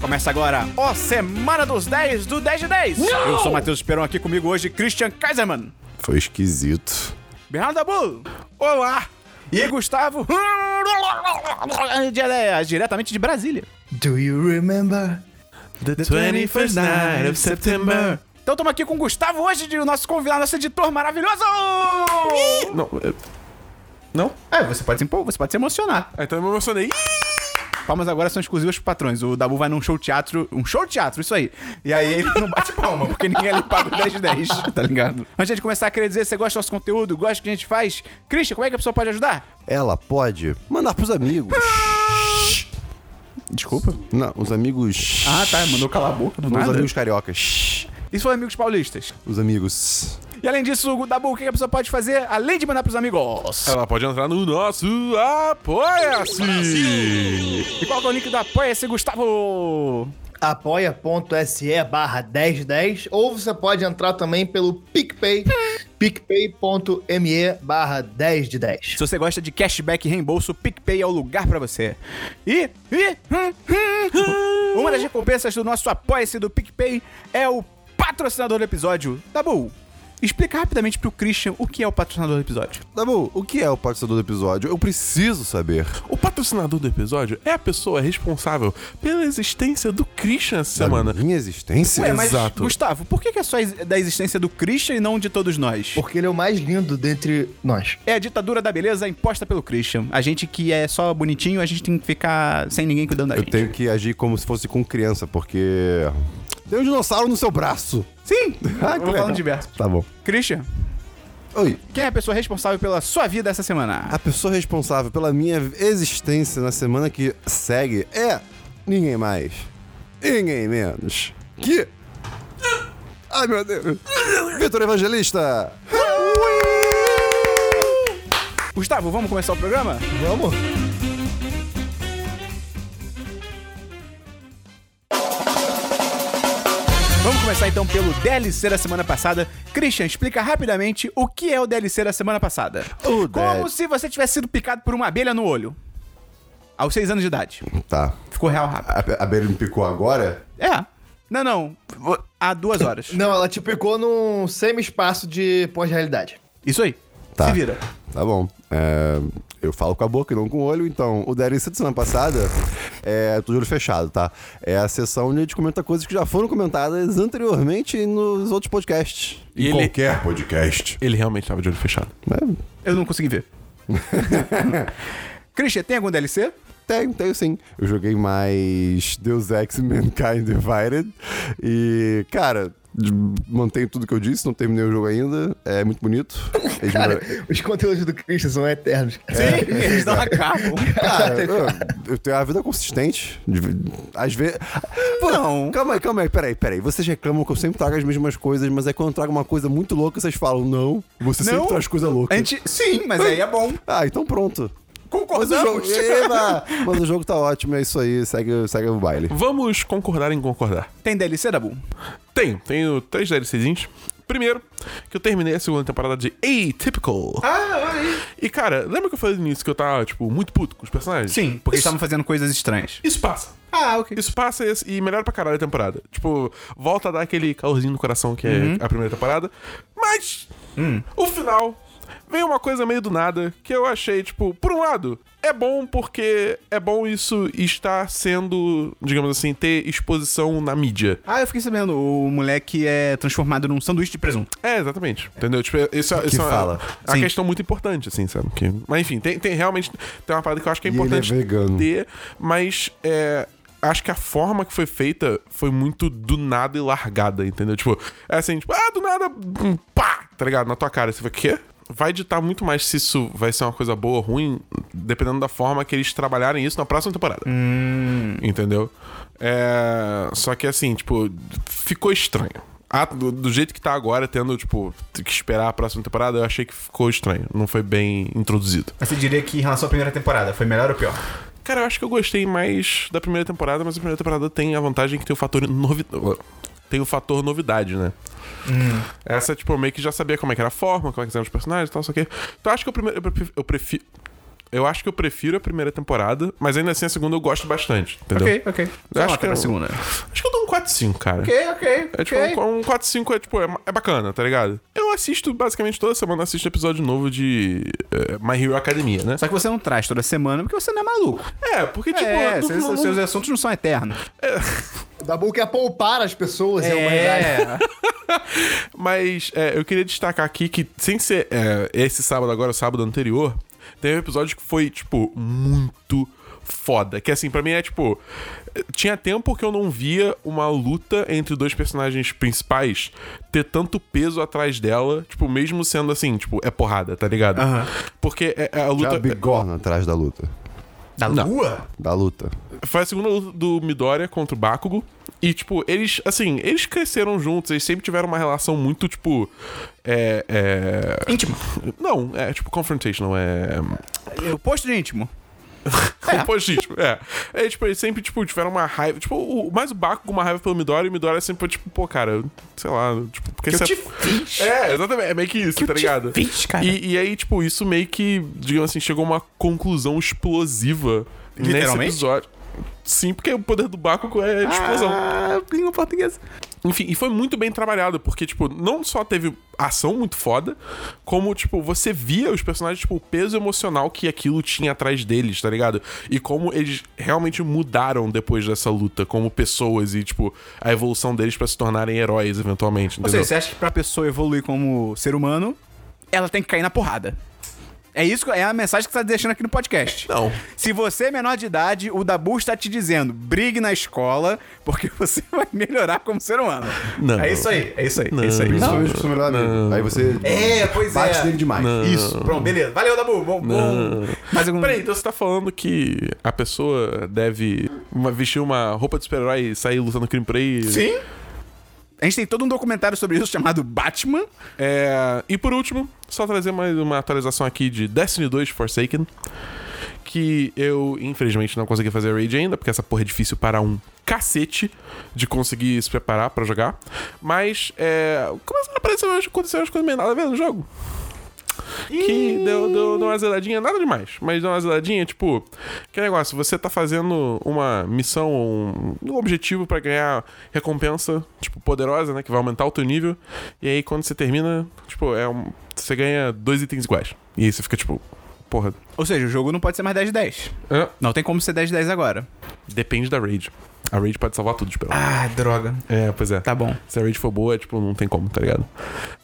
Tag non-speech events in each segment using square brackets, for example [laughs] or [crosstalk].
Começa agora o Semana dos 10 do 10 de 10. Eu sou Matheus Esperon, aqui comigo hoje Christian Kaiserman, Foi esquisito. Bernardo Dabu. Olá. E Gustavo [laughs] de Ideia, diretamente de Brasília. Do you remember? The 21st night of September. Então estamos aqui com o Gustavo hoje, de o nosso convidado, nosso editor maravilhoso. Não. eu- Não? É, você pode se empolgar, você pode se emocionar. Ah, então eu me emocionei. Ih! Palmas agora são exclusivas pros patrões. O Dabu vai num show teatro. Um show teatro, isso aí. E aí ele não bate palma, porque ninguém ali paga o 10 de [laughs] 10, tá ligado? Antes de começar, queria dizer, se você gosta do nosso conteúdo, gosta do que a gente faz, Christian, como é que a pessoa pode ajudar? Ela pode mandar pros amigos. Desculpa. Não, os amigos. Ah, tá. Mandou calar a boca do Os nada. amigos cariocas. Isso foi amigos paulistas. Os amigos. E além disso, Dabu, o que a pessoa pode fazer além de mandar pros amigos? Ela pode entrar no nosso Apoia-se! E qual que é o link do Apoia-se, Gustavo? apoia.se barra 1010 ou você pode entrar também pelo PicPay, picpay.me barra 10 de 10. Se você gosta de cashback e reembolso, o PicPay é o lugar pra você. E, e hum, hum, uma das recompensas do nosso apoia-se do PicPay é o patrocinador do episódio. Dabu, explica rapidamente pro Christian o que é o patrocinador do episódio. Tá bom, o que é o patrocinador do episódio? Eu preciso saber. O patrocinador do episódio é a pessoa responsável pela existência do Christian essa semana. Da minha existência? Ué, mas, Exato. Gustavo, por que, que é só ex- da existência do Christian e não de todos nós? Porque ele é o mais lindo dentre nós. É a ditadura da beleza imposta pelo Christian. A gente que é só bonitinho, a gente tem que ficar sem ninguém cuidando da Eu gente. tenho que agir como se fosse com criança, porque. Tem um dinossauro no seu braço. Sim! Ah, que Eu Vou legal. falando diverso. Tá bom. Christian, Oi, quem é a pessoa responsável pela sua vida essa semana? a pessoa responsável pela minha existência na semana que segue é ninguém mais, ninguém menos que. Ai meu Deus! Vitor Evangelista! Gustavo, vamos começar o programa? Vamos? Vamos começar então pelo DLC da semana passada. Christian, explica rapidamente o que é o DLC da semana passada. Como O DL se você tivesse sido picado por uma abelha no olho. Aos seis anos de idade. Tá. Ficou real rápido. A, a Beli me picou agora? É. Não, não. Vo- Há duas horas. Não, ela te picou num semi-espaço de pós-realidade. Isso aí. Tá. Se vira. Tá bom. É, eu falo com a boca e não com o olho, então. O DLC da semana passada, é, tô de olho fechado, tá? É a sessão onde a gente comenta coisas que já foram comentadas anteriormente nos outros podcasts. E ele- qualquer podcast. Ele realmente tava de olho fechado. É, Eu não consegui [laughs] ver. Christian, tem algum DLC? Tenho, tenho sim. Eu joguei mais Deus Ex Mankind Divided. E, cara, d- mantenho tudo que eu disse, não terminei o jogo ainda. É muito bonito. Eles Cara, melhor- os conteúdos do Christian são eternos. Sim, eles não acabam. [laughs] Cara, eu, eu tenho a vida consistente. De- Às vezes. Não. Calma aí, calma aí, peraí, peraí. Vocês reclamam que eu sempre trago as mesmas coisas, mas é quando eu trago uma coisa muito louca, vocês falam, não, você Não. sempre traz coisa louca. A gente... Sim, mas aí é bom. Ah, então pronto. Mas o, jogo, Concordamos. [laughs] Eba! mas o jogo tá ótimo, é isso aí, segue, segue o baile. Vamos concordar em concordar. Tem DLC, Dabu? Tenho, tenho três DLCzinhos. Primeiro, que eu terminei a segunda temporada de Atypical. Ah, E cara, lembra que eu falei no início que eu tava, tipo, muito puto com os personagens? Sim, porque isso, estavam fazendo coisas estranhas. isso passa. Ah, ok. Isso passa e- e melhora pra caralho a temporada. Tipo, volta a dar aquele calorzinho no coração que Uhum. é a primeira temporada. Mas, Hum. o final veio uma coisa meio do nada que eu achei, tipo, por um lado, é bom porque é bom isso estar sendo, digamos assim, ter exposição na mídia. Ah, eu fiquei sabendo. O moleque é transformado num sanduíche de presunto. É, exatamente. Entendeu? Tipo, isso, é- Que isso é uma- fala. é uma Sim. questão muito importante, assim, sabe? Que, mas enfim, tem, tem realmente. Tem uma parada que eu acho que é E ele é importante vegano. ter, mas é, acho que a forma que foi feita foi muito do nada e largada, entendeu? Tipo, é assim, tipo, ah, do nada, bum, pá, tá ligado? Na tua cara. Você vai, quê? Vai ditar muito mais se isso vai ser uma coisa boa ou ruim, dependendo da forma que eles trabalharem isso na próxima temporada. Entendeu? É, Só que assim, tipo, ficou estranho. Ah, do, do jeito que tá agora, tendo, tipo, que esperar a próxima temporada, eu achei que ficou estranho. Não foi bem introduzido. Mas você diria que em relação à primeira temporada, foi melhor ou pior? Cara, eu acho que eu gostei mais da primeira temporada, mas a primeira temporada tem a vantagem que tem o fator novidade. Tem o fator novidade, né? Hum. Essa, tipo, eu meio que já sabia como é que era a forma, como é que eram os personagens e tal, só que. Então eu acho que eu primeiro. Eu prefiro. Eu acho que eu prefiro a primeira temporada, mas ainda assim a segunda eu gosto bastante, entendeu? Ok, ok. Eu acho nota que pra eu- segunda. Acho que eu dou um 4-5, cara. Ok, ok, É tipo, ok. um, um 4-5 é, tipo, é, é bacana, tá ligado? Eu assisto basicamente toda semana, eu assisto episódio novo de eh, My Hero Academia, né? Só que você não traz toda semana porque você não é maluco. É, porque, tipo, é, não- seus, não- seus assuntos não são eternos. O Dabu quer poupar as pessoas, é, uma verdade. Mas é, eu queria destacar aqui que, sem ser é, esse sábado agora, o sábado anterior, teve um episódio que foi, tipo, muito foda. Que assim, pra mim é tipo. Tinha tempo que eu não via uma luta entre dois personagens principais ter tanto peso atrás dela, tipo, mesmo sendo assim, tipo, é porrada, tá ligado? Porque é- é a Tinha uma luta. bigorna atrás da luta. Da lua? Da luta. Foi a segunda luta do Midoriya contra o Bakugo. E, tipo, eles, assim, eles cresceram juntos, eles sempre tiveram uma relação muito, tipo. É. é... Íntimo. Não, é tipo confrontational, é. É o posto de íntimo. É. Opostismo, é. É, tipo, eles sempre, tipo, tiveram uma raiva. Tipo, o, mais o Bakugo uma raiva pelo Midoriya e o Midoriya sempre foi, tipo, pô, cara, sei lá, tipo, porque eu você. te fiz. É, exatamente. É meio que isso, tá te ligado? fiz, cara. E, e aí, tipo, isso meio que, digamos assim, chegou a uma conclusão explosiva nesse Literalmente? episódio. Sim, porque o poder do Bakugo é explosão. Ah, língua portuguesa. Enfim, e foi muito bem trabalhado, porque, tipo, não só teve ação muito foda, como, tipo, você via os personagens, tipo, o peso emocional que aquilo tinha atrás deles, tá ligado? E como eles realmente mudaram depois dessa luta, como pessoas e, tipo, a evolução deles pra se tornarem heróis, eventualmente, Ou entendeu? seja, você é- acha que pra pessoa evoluir como ser humano, ela tem que cair na porrada. É isso que- é a mensagem que você tá deixando aqui no podcast. Não. Se você é menor de idade, o Dabu está te dizendo: brigue na escola, porque [laughs] você vai melhorar como ser humano. Não. É isso aí, é isso aí, é isso aí. Principalmente pro seu melhor amigo. Aí você É, pois bate é. nele demais. Isso, pronto, beleza. Valeu, Dabu. Bom, bom. Mais algum... Peraí, então você tá falando que a pessoa deve uma- vestir uma roupa de super-herói e sair lutando crime por aí? Sim. A gente tem todo um documentário sobre isso chamado Batman. É, e por último, só trazer mais uma atualização aqui de Destiny 2 Forsaken. Que eu, infelizmente, não consegui fazer raid ainda, porque essa porra é difícil para um cacete de conseguir se preparar pra jogar. Mas, é. Começaram a aparecer umas, aconteceram umas coisas meio nada a ver no jogo. Que deu, deu, deu uma zeladinha, nada demais, mas deu uma zeladinha, tipo, que negócio, você tá fazendo uma missão, um, um objetivo pra ganhar recompensa, tipo, poderosa, né, que vai aumentar o teu nível, e aí quando você termina, tipo, é um, você ganha dois itens iguais. E aí você fica tipo, porra, Ou seja, o jogo não pode ser mais 10 de 10. hã? Não tem como ser 10 de 10 agora. depende da raid. A raid pode salvar tudo, tipo. Ah, droga. É, pois é. Tá bom. Se a raid for boa, tipo, não tem como, tá ligado?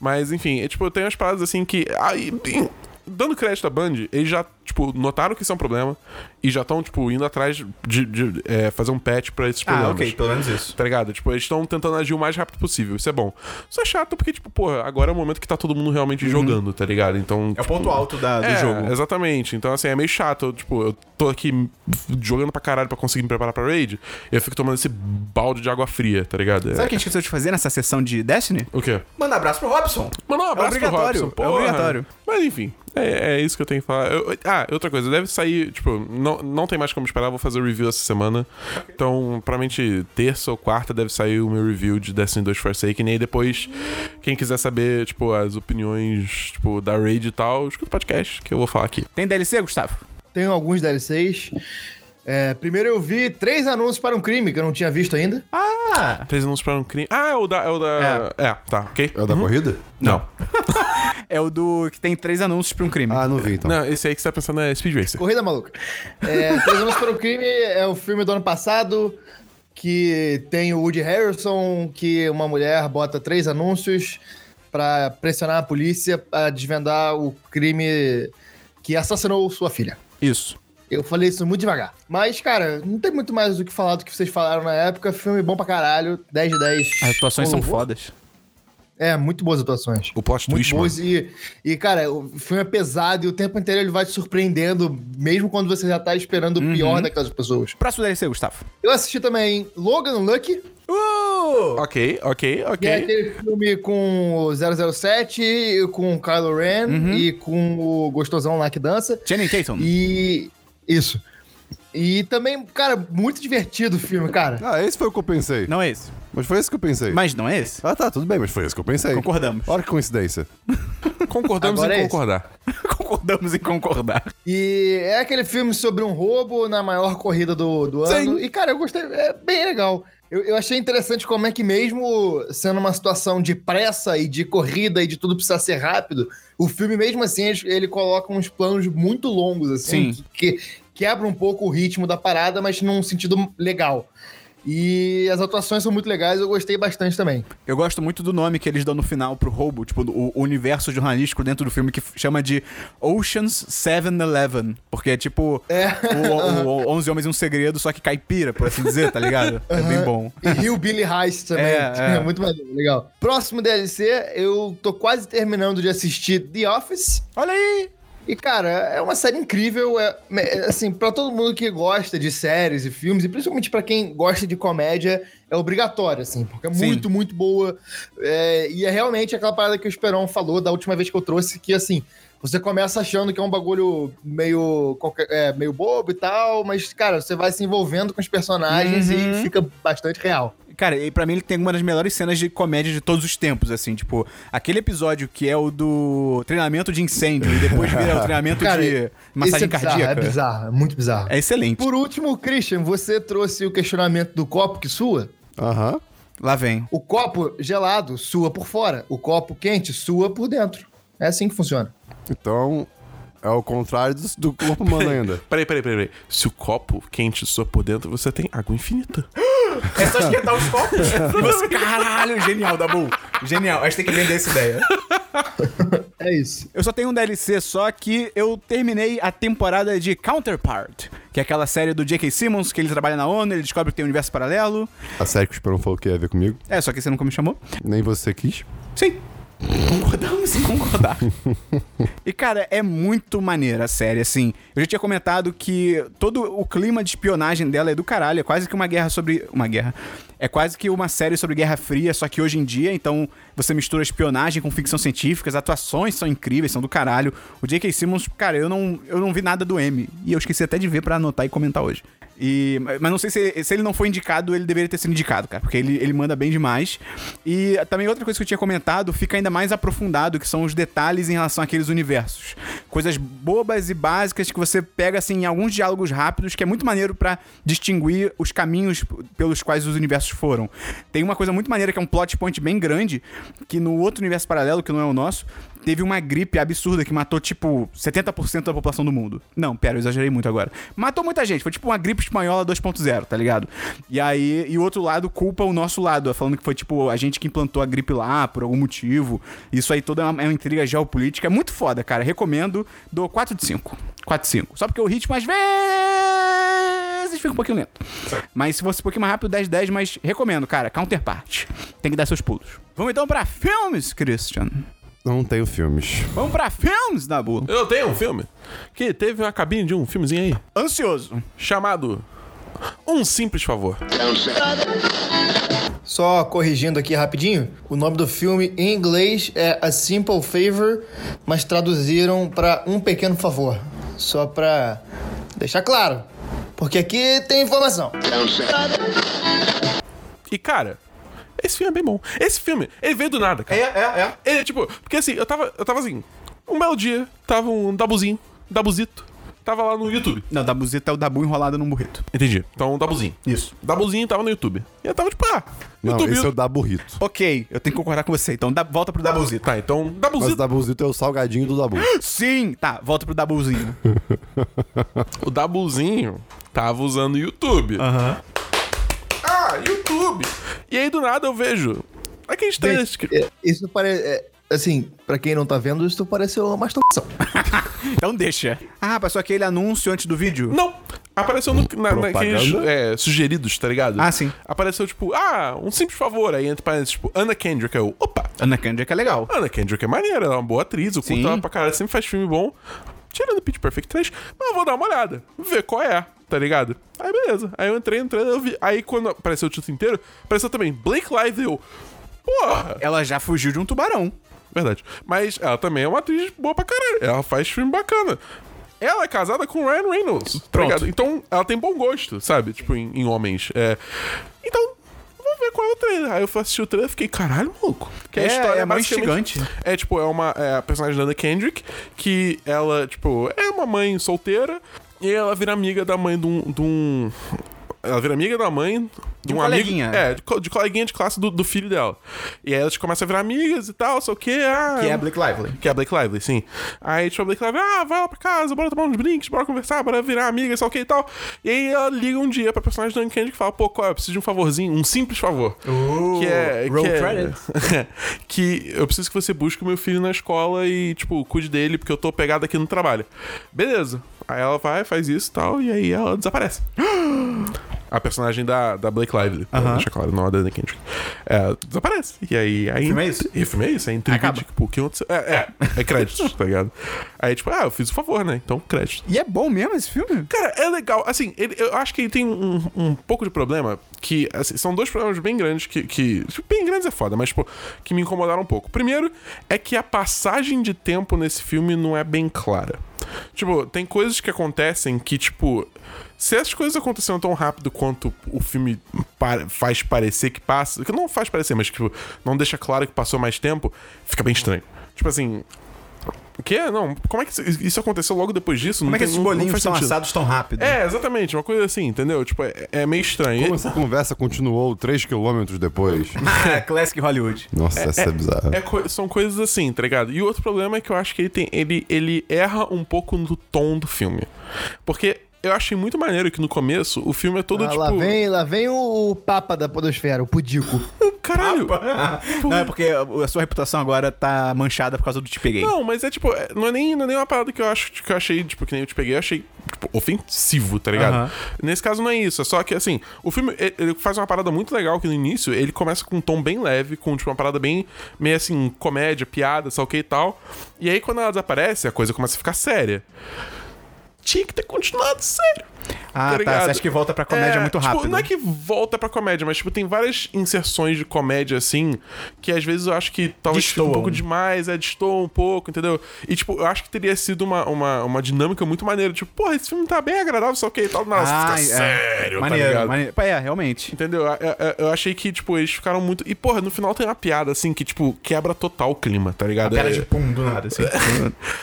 Mas, enfim, é, tipo, tem umas paradas assim que. Aí, bem, dando crédito à Band, eles já, tipo, notaram que isso é um problema e já estão, tipo, indo atrás de, de, é, fazer um patch pra esses problemas. Ah, pelo menos isso. Tá ligado? Tipo, eles estão tentando agir o mais rápido possível. Isso é bom. Isso é chato porque, tipo, porra, agora é o momento que tá todo mundo realmente jogando, tá ligado? Então. Uhum. É o ponto alto da- do é, jogo. Exatamente. Então, assim, é meio chato. Eu, Tipo, eu tô aqui jogando pra caralho pra conseguir me preparar pra raid e eu fico tomando esse balde de água fria, tá ligado? É- Sabe o que a gente esqueceu de fazer nessa sessão de Destiny? O quê? Manda abraço pro Robson. Mandar um abraço pro obrigatório, Robson, é obrigatório. Mas enfim, é, é isso que eu tenho que falar. Eu- eu- ah, outra coisa, deve sair, tipo, não, não tem mais como esperar, vou fazer o review essa semana. Então, provavelmente terça ou quarta deve sair o meu review de Destiny 2 Forsaken. E aí depois, quem quiser saber, tipo, as opiniões, tipo, da raid e tal, escuta o podcast que eu vou falar aqui. Tem DLC, Gustavo? Tenho alguns DLCs. É, primeiro eu vi três anúncios para um crime que eu não tinha visto ainda. Ah! Eles não esperaram um crime. Ah, é o da. É, o da... é. tá, ok? É o Hum? da corrida? Não. É o do que tem três anúncios pra um crime. Ah, não vi então. Não, esse aí que você tá pensando é Speed Racer. Corrida Maluca. É, Três Anos para o Crime é o filme do ano passado que tem o Woody Harrison, que uma mulher bota três anúncios pra pressionar a polícia a desvendar o crime que assassinou sua filha. Isso. Eu falei isso muito devagar. Mas, cara, não tem muito mais do que falar do que vocês falaram na época. Filme bom pra caralho, 10 de 10. As atuações Com são louvor. fodas. É, muito boas atuações. O plot Muito twist, mano. bons e, e, cara, o filme é pesado e o tempo inteiro ele vai te surpreendendo, mesmo quando você já tá esperando Uhum. o pior daquelas pessoas. Próximo DLC, Gustavo. Eu assisti também Logan Lucky, Uh! Ok, ok, que é ok. aquele filme com o 007, e com o Kylo Ren Uhum. e com o gostosão lá que dança. Jenny Tatum. E... Isso. E também, cara, muito divertido o filme, cara. Ah, esse foi o que eu pensei. Não é esse. Mas foi esse que eu pensei. Mas não é esse? Ah, tá, tudo bem, mas foi esse que eu pensei. Concordamos. [laughs] Olha que coincidência. Concordamos Agora em é esse. concordar. concordamos em concordar. E é aquele filme sobre um roubo na maior corrida do, do ano. E, cara, eu gostei. É bem legal. Eu, eu achei interessante como é que, mesmo sendo uma situação de pressa e de corrida e de tudo precisar ser rápido, o filme, mesmo assim, ele- ele coloca uns planos muito longos, assim, Sim. que que quebra um pouco o ritmo da parada, mas num sentido legal. E as atuações são muito legais, eu gostei bastante também. Eu gosto muito do nome que eles dão no final pro roubo, tipo, o o universo jornalístico dentro do filme que f- chama de Oceans 7-Eleven. Porque é tipo o, o, o 11 Homens e um Segredo, só que caipira, por assim dizer, tá ligado? É bem bom. E o Billy Heist também. É, é. [laughs] É, muito maneiro, legal. Próximo DLC, eu tô quase terminando de assistir The Office. Olha aí! E, cara, é uma série incrível. É, é, assim, pra todo mundo que gosta de séries e filmes, e principalmente pra quem gosta de comédia, é obrigatório, assim, porque é Sim. muito, muito boa. É, e é realmente aquela parada que o Esperon falou da última vez que eu trouxe, que, assim, você começa achando que é um bagulho meio, qualquer- é, meio bobo e tal, mas, cara, você vai se envolvendo com os personagens Uhum. e fica bastante real. Cara, e pra mim ele tem uma das melhores cenas de comédia de todos os tempos, assim, tipo, aquele episódio que é o do treinamento de incêndio e depois [laughs] vira o treinamento Cara, Tipo de esse massagem Esse é bizarro, cardíaca. É bizarro, é muito bizarro. É excelente. Por último, Christian, você trouxe o questionamento do copo que sua? Aham. Lá vem. O copo gelado sua por fora, o copo quente sua por dentro. É assim que funciona. Então, é o contrário do, do [laughs] corpo humano ainda. Peraí, peraí, peraí. Se o copo quente soa por dentro, você tem água infinita. É só esquentar os copos. [laughs] E você, caralho, genial, Dabu. Genial, a gente tem que vender essa ideia. É isso. Eu só tenho um DLC, só que eu terminei a temporada de Counterpart, que é aquela série do J.K. Simmons, que ele trabalha na ONU, ele descobre que tem um universo paralelo. A série que o Esperão falou que ia ver comigo, É, só que você nunca me chamou. nem você quis. Sim. Concordamos em concordar. e, cara, é muito maneira a série, assim. Eu já tinha comentado que todo o clima de espionagem dela é do caralho. É quase que uma guerra sobre. Uma guerra. É quase que uma série sobre Guerra Fria, só que hoje em dia, então, você mistura espionagem com ficção científica, as atuações são incríveis, são do caralho. O J.K. Simmons, cara, eu não, eu não vi nada do M. E eu esqueci até de ver pra anotar e comentar hoje. E, mas não sei se, se ele não foi indicado, ele deveria ter sido indicado, cara, porque ele, ele manda bem demais. E também outra coisa que eu tinha comentado fica ainda mais aprofundado, que são os detalhes em relação àqueles universos. Coisas bobas e básicas que você pega, assim, em alguns diálogos rápidos, que é muito maneiro pra distinguir os caminhos p- pelos quais os universos foram. Tem uma coisa muito maneira que é um plot point bem grande, que no outro universo paralelo, que não é o nosso, teve uma gripe absurda que matou, tipo, 70% da população do mundo. Não, pera, eu exagerei muito agora. Matou muita gente, foi tipo uma gripe espanhola 2.0, tá ligado? E aí, e o outro lado culpa o nosso lado, falando que foi, tipo, a gente que implantou a gripe lá por algum motivo. Isso aí toda é uma, é uma intriga geopolítica. É muito foda, cara. Recomendo. Dou 4 de 5. 4 de 5. Só porque o ritmo às vezes fica um pouquinho lento. Mas se fosse um pouquinho mais rápido, 10 10, mas recomendo, cara. Counterpart. Tem que dar seus pulos. Vamos então pra filmes, Christian. Não tenho filmes. Vamos pra filmes, Dabu. Eu tenho um filme que teve uma cabine de um filmezinho aí, Ansioso. chamado Um Simples Favor. Só corrigindo aqui rapidinho, o nome do filme em inglês é A Simple Favor, mas traduziram pra Um Pequeno Favor. Só pra deixar claro, porque aqui tem informação. E, cara, esse filme é bem bom. Esse filme, ele veio do nada, cara. é, é. Ele, tipo, porque assim, eu tava, eu tava assim, um belo dia, tava um dabuzinho, dabuzito, tava lá no YouTube. Não, Dabuzita é o Dabu enrolado num burrito. Entendi. Então, um dabuzinho. Isso. Dabuzinho tava no YouTube. E eu tava tipo, ah, Não, YouTube. esse é o da burrito. Ok, eu tenho que concordar com você. Então, dá- volta pro Dabuzita. Tá, então, Mas o dabuzito. da burrito é o salgadinho do Dabu. Sim! Tá, volta pro Dabuzinho. O dabuzinho tava usando o YouTube. Aham. Ah, YouTube. E aí, do nada, eu vejo aqueles trailers que... É, Isso parece. assim, pra quem não tá vendo, isso pareceu uma masturbação. então deixa. Ah, passou aquele anúncio antes do vídeo? Não. Apareceu no, na, Propaganda? naqueles é, sugeridos, tá ligado? Ah, sim. Apareceu, tipo, ah, um simples favor. Aí, entre parênteses, tipo, Anna Kendrick. Eu, opa, Ana Candy que é legal. Anna Kendrick é maneira, ela é uma boa atriz, eu Sim. curto ela pra caralho, sempre faz filme bom. Tirando Pitch Perfect 3, mas eu vou dar uma olhada, ver qual é, tá ligado? Aí beleza, aí eu entrei, entrei, eu vi. Aí quando apareceu o título inteiro, apareceu também Blake Lively, eu... Porra! Ela já fugiu de um tubarão. Verdade. Mas ela também é uma atriz boa pra caralho, ela faz filme bacana. Ela é casada com o Ryan Reynolds, tá Pronto. ligado? Então ela tem bom gosto, sabe? Tipo, em, em homens. É... Então, vou vamos ver qual é o trailer. Aí eu fui assistir o trailer e fiquei, caralho, maluco. Que É, é mó basicamente- instigante. É, tipo, é uma é a personagem da Anna Kendrick, que ela, tipo, é uma mãe solteira e ela vira amiga da mãe de um... De um ela vira amiga da mãe de um um, amigo... coleguinha. É, de, co- de coleguinha de classe do, do filho dela. E aí elas começam a virar amigas e tal, sei o quê. Ah, Que é a Blake Lively. que é a Blake Lively, sim. Aí tipo, a Blake Lively, ah, vai lá pra casa, bora tomar uns drinks, bora conversar, bora virar amiga, sei lá o que e tal. E aí ela liga um dia pra personagem do Anne Candy que fala, pô, qual é? eu preciso de um favorzinho, um simples favor. que é. roll que, é credit. [laughs] que eu preciso que você busque o meu filho na escola e, tipo, cuide dele, porque eu tô pegado aqui no trabalho. Beleza. Aí ela vai, faz isso e tal, e aí ela desaparece. [gasps] A personagem da, da Blake Lively. pra Deixa claro, não a da Anne Kendrick. É, desaparece. E aí... aí filme é isso? E o filme é isso. É intriga Acaba. de, tipo, o que aconteceu. É, é, é créditos, tá ligado? Aí, tipo, ah, eu fiz o favor, né? Então, crédito. E é bom mesmo esse filme? Cara, é legal. Assim, ele- eu acho que ele tem um, um pouco de problema que... assim, são dois problemas bem grandes que... que tipo, bem grandes é foda, mas, tipo, que me incomodaram um pouco. Primeiro é que a passagem de tempo nesse filme não é bem clara. Tipo, tem coisas que acontecem que, tipo... Se as coisas aconteceram tão rápido quanto o filme pa- faz parecer que passa... Que não faz parecer, mas, tipo, não deixa claro que passou mais tempo, fica bem estranho. Tipo assim... O quê? Não, como é que isso- isso aconteceu logo depois disso? Como é que esses bolinhos estão assados tão rápido? [laughs] É, exatamente, uma coisa assim, entendeu? Tipo, é, é meio estranho. Como essa conversa continuou 3 km depois? Ah, Classic Hollywood. Nossa, essa é, bizarra. É coi- são coisas assim, tá ligado? E o outro problema é que eu acho que ele tem. Ele, ele erra um pouco no tom do filme. Porque eu achei muito maneiro que no começo o filme é todo Ah, tipo. lá, vem, lá vem o, o Papa da Podosfera, o Pudico. Caralho! Não, é porque a sua reputação agora tá manchada por causa do Te Peguei. Não, mas é tipo, é- não é nem, não é nem uma parada que eu acho que eu achei, tipo, que nem eu te peguei, eu achei tipo, ofensivo, tá ligado? Aham. Nesse caso não é isso, é só que assim, o filme ele- ele faz uma parada muito legal que no início ele começa com um tom bem leve, com tipo uma parada bem meio assim, comédia, piada, sei lá o que e tal. E aí quando ela desaparece, a coisa começa a ficar séria. Tinha que ter continuado sério. Ah, tá. ligado? Você acha que volta pra comédia É, muito tipo, rápido? né? não é que volta pra comédia, mas, tipo, tem várias inserções de comédia, assim, que às vezes eu acho que talvez fique um Destoam. pouco demais, é, destoa um pouco, entendeu? E, tipo, eu acho que teria sido uma, uma, uma dinâmica muito maneira. Tipo, porra, esse filme tá bem agradável, só que e tal. Nossa, Ah, fica é. sério, tá maneiro, ligado? maneiro. Pá, É, realmente. Entendeu? Eu, eu- eu achei que, tipo, eles ficaram muito. E, porra, no final tem uma piada, assim, que, tipo, quebra total o clima, tá ligado? É- pum do nada, assim.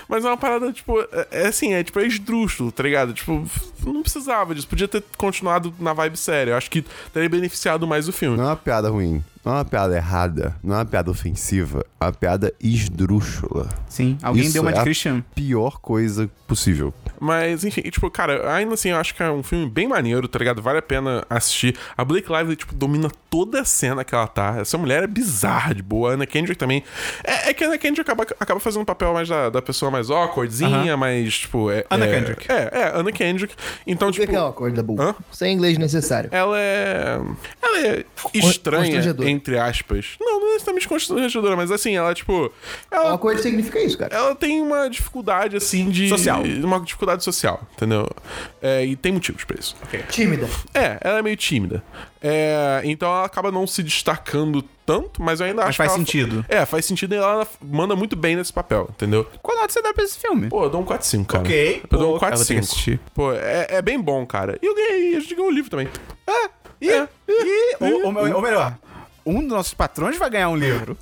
mas é uma parada, tipo, é- é assim, é tipo, é esdrúxulo, tá ligado? Tipo, não precisava disso. Podia ter continuado na vibe séria. Eu acho que teria beneficiado mais o filme. Não é uma piada ruim, não é uma piada errada, não é uma piada ofensiva, é uma piada esdrúxula. Sim, alguém Isso deu uma é de a Christian. Pior coisa possível. Mas, enfim, e, tipo, cara, ainda assim, eu acho que é um filme bem maneiro, tá ligado? Vale a pena assistir. A Blake Lively, tipo, domina toda a cena que ela tá. Essa mulher é bizarra de boa. A Anna Kendrick também. É, é que a Anna Kendrick acaba, acaba fazendo um papel mais da, da pessoa mais awkwardzinha, Aham. mais, tipo... É, Anna é- Kendrick. É, é, Anna Kendrick. Então, O que tipo... que é uma coisa da Bull? Hã? Sem inglês necessário. Ela é. Ela é estranha, constrangedora. entre aspas. Não, não é exatamente constrangedora, mas assim, ela, tipo. Uma Ela, coisa significa isso, cara. ela tem uma dificuldade, assim, de. Social. Uma dificuldade social, entendeu? É, e tem motivos pra isso. Tímida. É, ela é meio tímida. É, então ela acaba não se destacando tanto, mas eu ainda acho faz que ela- sentido. É, faz sentido e ela manda muito bem nesse papel, entendeu? Qual nota você dá pra esse filme? Pô, eu dou um 4-5, cara. Ok. Eu dou Pô, eu vou um ter que 4-5. assistir. Pô, é, é bem bom, cara. E eu ganhei, a gente ganhou o livro também. É, E, é. e- ou, ou- ou melhor, um dos nossos patrões vai ganhar um livro.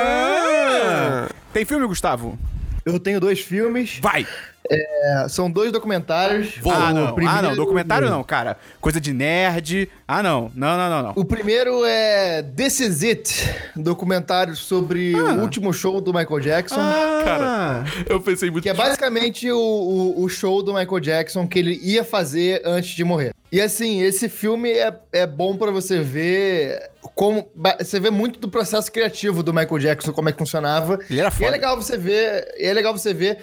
É. Tem filme, Gustavo? Eu tenho dois filmes. Vai! É, são dois documentários. ah, O não. Ah, não. primeiro- é Documentário não, cara. Coisa de nerd. Ah, não. Não, não, não, não. O primeiro é This Is It, documentário sobre Ah. o último show do Michael Jackson. Cara, eu pensei muito. Que é basicamente o, o, o show do Michael Jackson que ele ia fazer antes de morrer. E assim, esse filme é, é bom pra você ver como. ba- Você vê muito do processo criativo do Michael Jackson, como é que funcionava. Ele era E é foda. legal você ver. e É legal você ver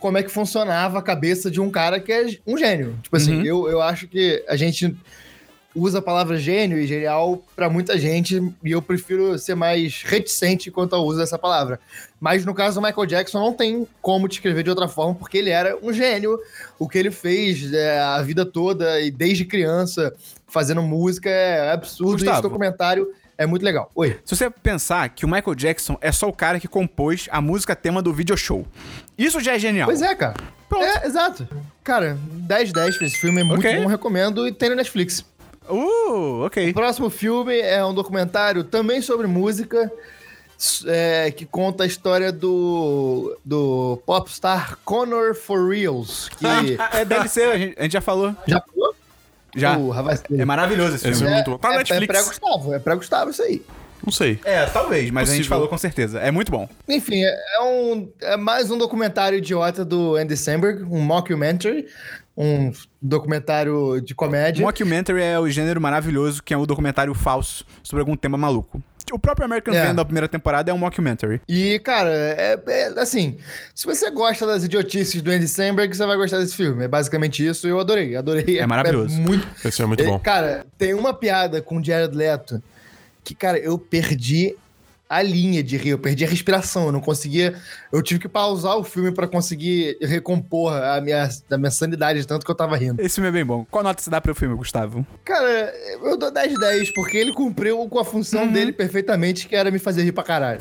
como é que funcionava a cabeça de um cara que é um gênio. Tipo assim, Uhum. eu, eu acho que a gente usa a palavra gênio e genial pra muita gente e eu prefiro ser mais reticente quanto ao uso dessa palavra. Mas no caso do Michael Jackson não tem como descrever de outra forma porque ele era um gênio. O que ele fez é, a vida toda e desde criança fazendo música é absurdo e Gustavo. esse documentário é muito legal. Oi. Se você pensar que o Michael Jackson é só o cara que compôs a música tema do video show. Isso já é genial. Pois é, cara. Pronto. É, exato. Cara, 10 10 pra esse filme, é muito Ok. bom, recomendo e tem no Netflix. Uh, O ok. próximo filme é um documentário também sobre música, s- é, que conta a história do, do popstar Connor For Reals, que É, deve ser, a gente, a gente já falou. já falou? Já. Porra, vai ser. É maravilhoso esse Esse filme. é muito bom. Tá na é, é Netflix. pré-Gustavo, é pré-Gustavo isso aí. Não sei. É, talvez, mas a gente Possível. falou com certeza. É muito bom. Enfim, é, é um, é mais um documentário idiota do Andy Samberg, um mockumentary, um documentário de comédia. Mockumentary é o gênero maravilhoso que é um documentário falso sobre algum tema maluco. O próprio American É. Van da primeira temporada é um mockumentary. E, cara, é, é, assim, se você gosta das idiotices do Andy Samberg, você vai gostar desse filme. É basicamente isso, eu adorei, adorei. É maravilhoso. muito... Esse filme é É, muito bom. Cara, tem uma piada com o Jared Leto que, cara, eu perdi a linha de rir, eu perdi a respiração, eu não conseguia... Eu tive que pausar o filme pra conseguir recompor a minha, a minha sanidade, de tanto que eu tava rindo. Esse filme é bem bom. Qual nota você dá pro filme, Gustavo? Cara, eu dou 10 de 10, porque ele cumpriu com a função Uhum. dele perfeitamente, que era me fazer rir pra caralho.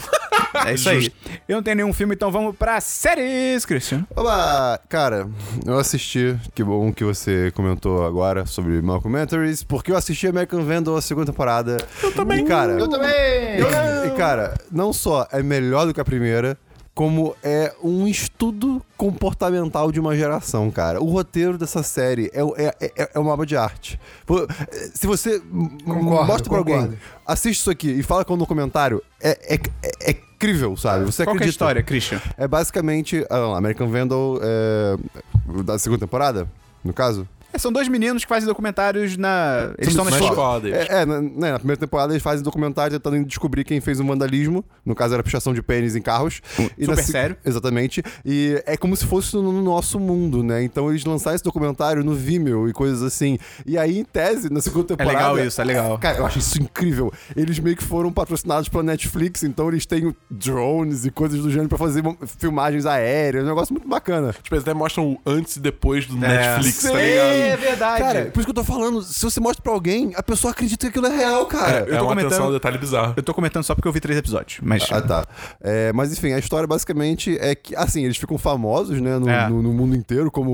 É isso aí. Eu não tenho nenhum filme, então vamos pra séries, Christian. Olá, cara, eu assisti, que bom que você comentou agora sobre Malcolmentaries, porque eu assisti American Vandal a segunda temporada. Eu também, e, cara. eu [laughs] também! É E, e, cara, não só é melhor do que a primeira, como é um estudo comportamental de uma geração, cara. O roteiro dessa série é, é, é, é uma obra de arte. Pô, Se você m- Concordo, mostra pra concordo. alguém, assiste isso aqui e fala com no comentário, é, é, é, é incrível, sabe? Você Qual que é a acredita. história, Christian? É basicamente ah, não, American Vandal é, da segunda temporada, no caso. É, são dois meninos que fazem documentários na. Eles estão na na escola. escola deles. É, é, na, né, na primeira temporada eles fazem documentário tentando descobrir quem fez o vandalismo. No caso era pichação de pênis em carros. E na Hum, super se- sério. Exatamente. E é como se fosse no no nosso mundo, né? Então eles lançaram esse documentário no Vimeo e coisas assim. E aí, em tese, na segunda É temporada. legal isso, é legal. Cara, eu acho isso incrível. Eles meio que foram patrocinados pela Netflix, então eles têm drones e coisas do gênero pra fazer filmagens aéreas. É um negócio muito bacana. Tipo, eles até mostram o antes e depois É. do Netflix, tá ligado? É verdade. Cara, por isso que eu tô falando, se você mostra pra alguém, a pessoa acredita que aquilo é real, cara. eu é tô uma comentando- atenção ao detalhe bizarro. eu tô comentando só porque eu vi três episódios, mas. Ah, tá. É, mas enfim, a história basicamente é que, assim, eles ficam famosos, né, no, É. no- no mundo inteiro, como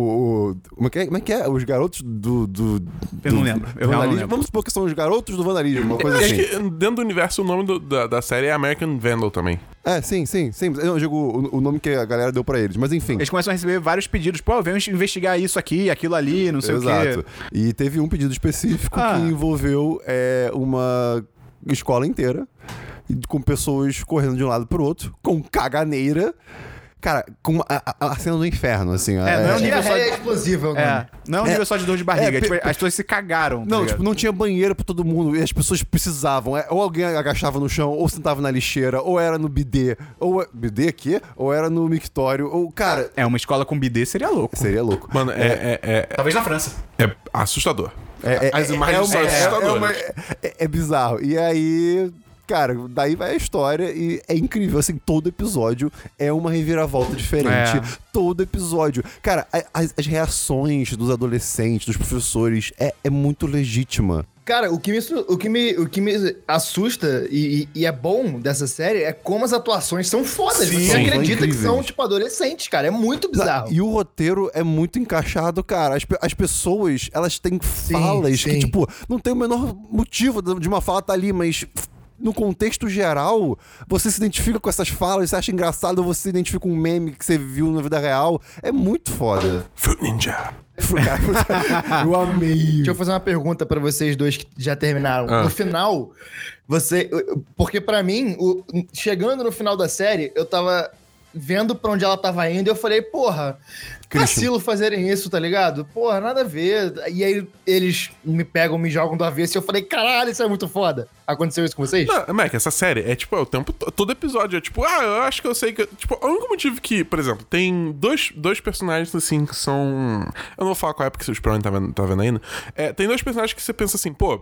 o. Como é que é? Como é, que é? Os garotos do. do, Eu não do lembro. Eu não vandalismo. lembro. Vamos supor que são os garotos do vandalismo, uma coisa Acho assim. É que dentro do universo o nome do- da, da série é American Vandal também. É, sim, sim, sim. Eu não digo o, o nome que a galera deu pra eles, mas enfim. Eles começam a receber vários pedidos. Pô, vem investigar isso aqui, aquilo ali, não sei o Exato. quê. E teve um pedido específico Ah. que envolveu é, uma escola inteira com pessoas correndo de um lado pro outro, com caganeira. Cara, com a, a- a cena do inferno, assim. É, não é um nível só- Diarreia explosiva, É, mano. não é um nível só de dor de barriga. é, tipo, pe- as pessoas se cagaram. tá Não, ligado? tipo, não tinha banheiro pra todo mundo e as pessoas precisavam. É, ou alguém agachava no chão, ou sentava na lixeira, ou era no bidê, ou é, bidê aqui, ou era no mictório, ou cara, É, uma escola com bidê seria louco. seria louco. Mano, é, é, é, Talvez na França. é assustador. É, é, As imagens são uma- assustadoras. uma- é- é bizarro. E aí, cara, daí vai a história e é incrível. Assim, todo episódio é uma reviravolta diferente. É. Todo episódio. Cara, a- as, as reações dos adolescentes, dos professores, é, é muito legítima. Cara, o que me, su- o que me, o que me assusta e, e- e é bom dessa série é como as atuações são fodas. Sim, Você são acredita que incríveis. são, tipo, adolescentes, cara. É muito bizarro. E o roteiro é muito encaixado, cara. As, pe- as pessoas, elas têm falas que, sim. tipo, não tem o menor motivo de de uma fala estar ali, mas no contexto geral, você se identifica com essas falas, você acha engraçado, você se identifica com um meme que você viu na vida real. É muito foda. Fruit Ninja. Cara, eu [laughs] amei. Deixa eu fazer uma pergunta pra vocês dois que já terminaram. Ah. No final, você. Porque pra mim, o- chegando no final da série, eu tava vendo pra onde ela tava indo e eu falei, porra, Christian. vacilo fazerem isso, tá ligado? Porra, nada a ver. E aí eles me pegam, me jogam do avesso e eu falei, caralho, isso é muito foda. Aconteceu isso com vocês? Não, Mac, essa série é tipo, é o tempo. to- Todo episódio é tipo, ah, eu acho que eu sei que. eu-" Tipo, o único motivo que, por exemplo, tem dois, dois personagens assim que são. Eu não vou falar qual é porque o Sprown tá vendo, tá vendo ainda. É, tem dois personagens que você pensa assim, pô,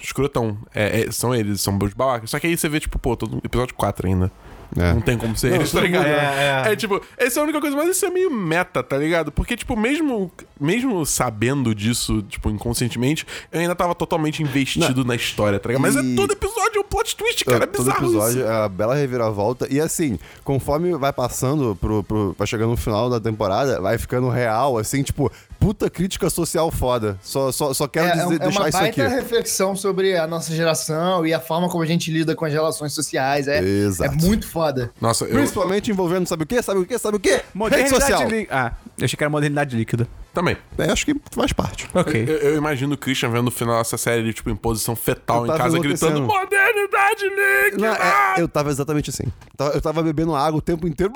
escrotão. É, é, são eles, são os babacas. Só que aí você vê, tipo, pô, todo episódio 4 ainda. É. Não tem como ser eles, tá todo mundo- ligado? é, é. É, tipo, essa é a única coisa, mas isso é meio meta, tá ligado? Porque, tipo, mesmo, mesmo sabendo disso, tipo, inconscientemente, eu ainda tava totalmente investido na história, tá ligado? Mas E- é todo episódio um plot twist, cara. É todo bizarro episódio isso. é a bela reviravolta. E assim, conforme vai passando, pro, pro- vai chegando no final da temporada, vai ficando real, assim, tipo, putz, puta crítica social foda. Só, só, só quero dizer- é deixar uma isso aqui. baita reflexão sobre a nossa geração e a forma como a gente lida com as relações sociais. É, Exato. é muito foda. Nossa, eu Principalmente envolvendo sabe o quê? Sabe o quê? Sabe o quê? Rede social. Modernidade líquida. Ah, eu achei que era modernidade líquida. também. É, acho que faz parte. Ok. Eu, eu imagino o Christian vendo o final dessa série, ele, tipo, em posição fetal Eu em tava casa, gritando: enlouquecendo. Modernidade líquida! Não, é, eu tava exatamente assim. Tava- Eu tava bebendo água o tempo inteiro.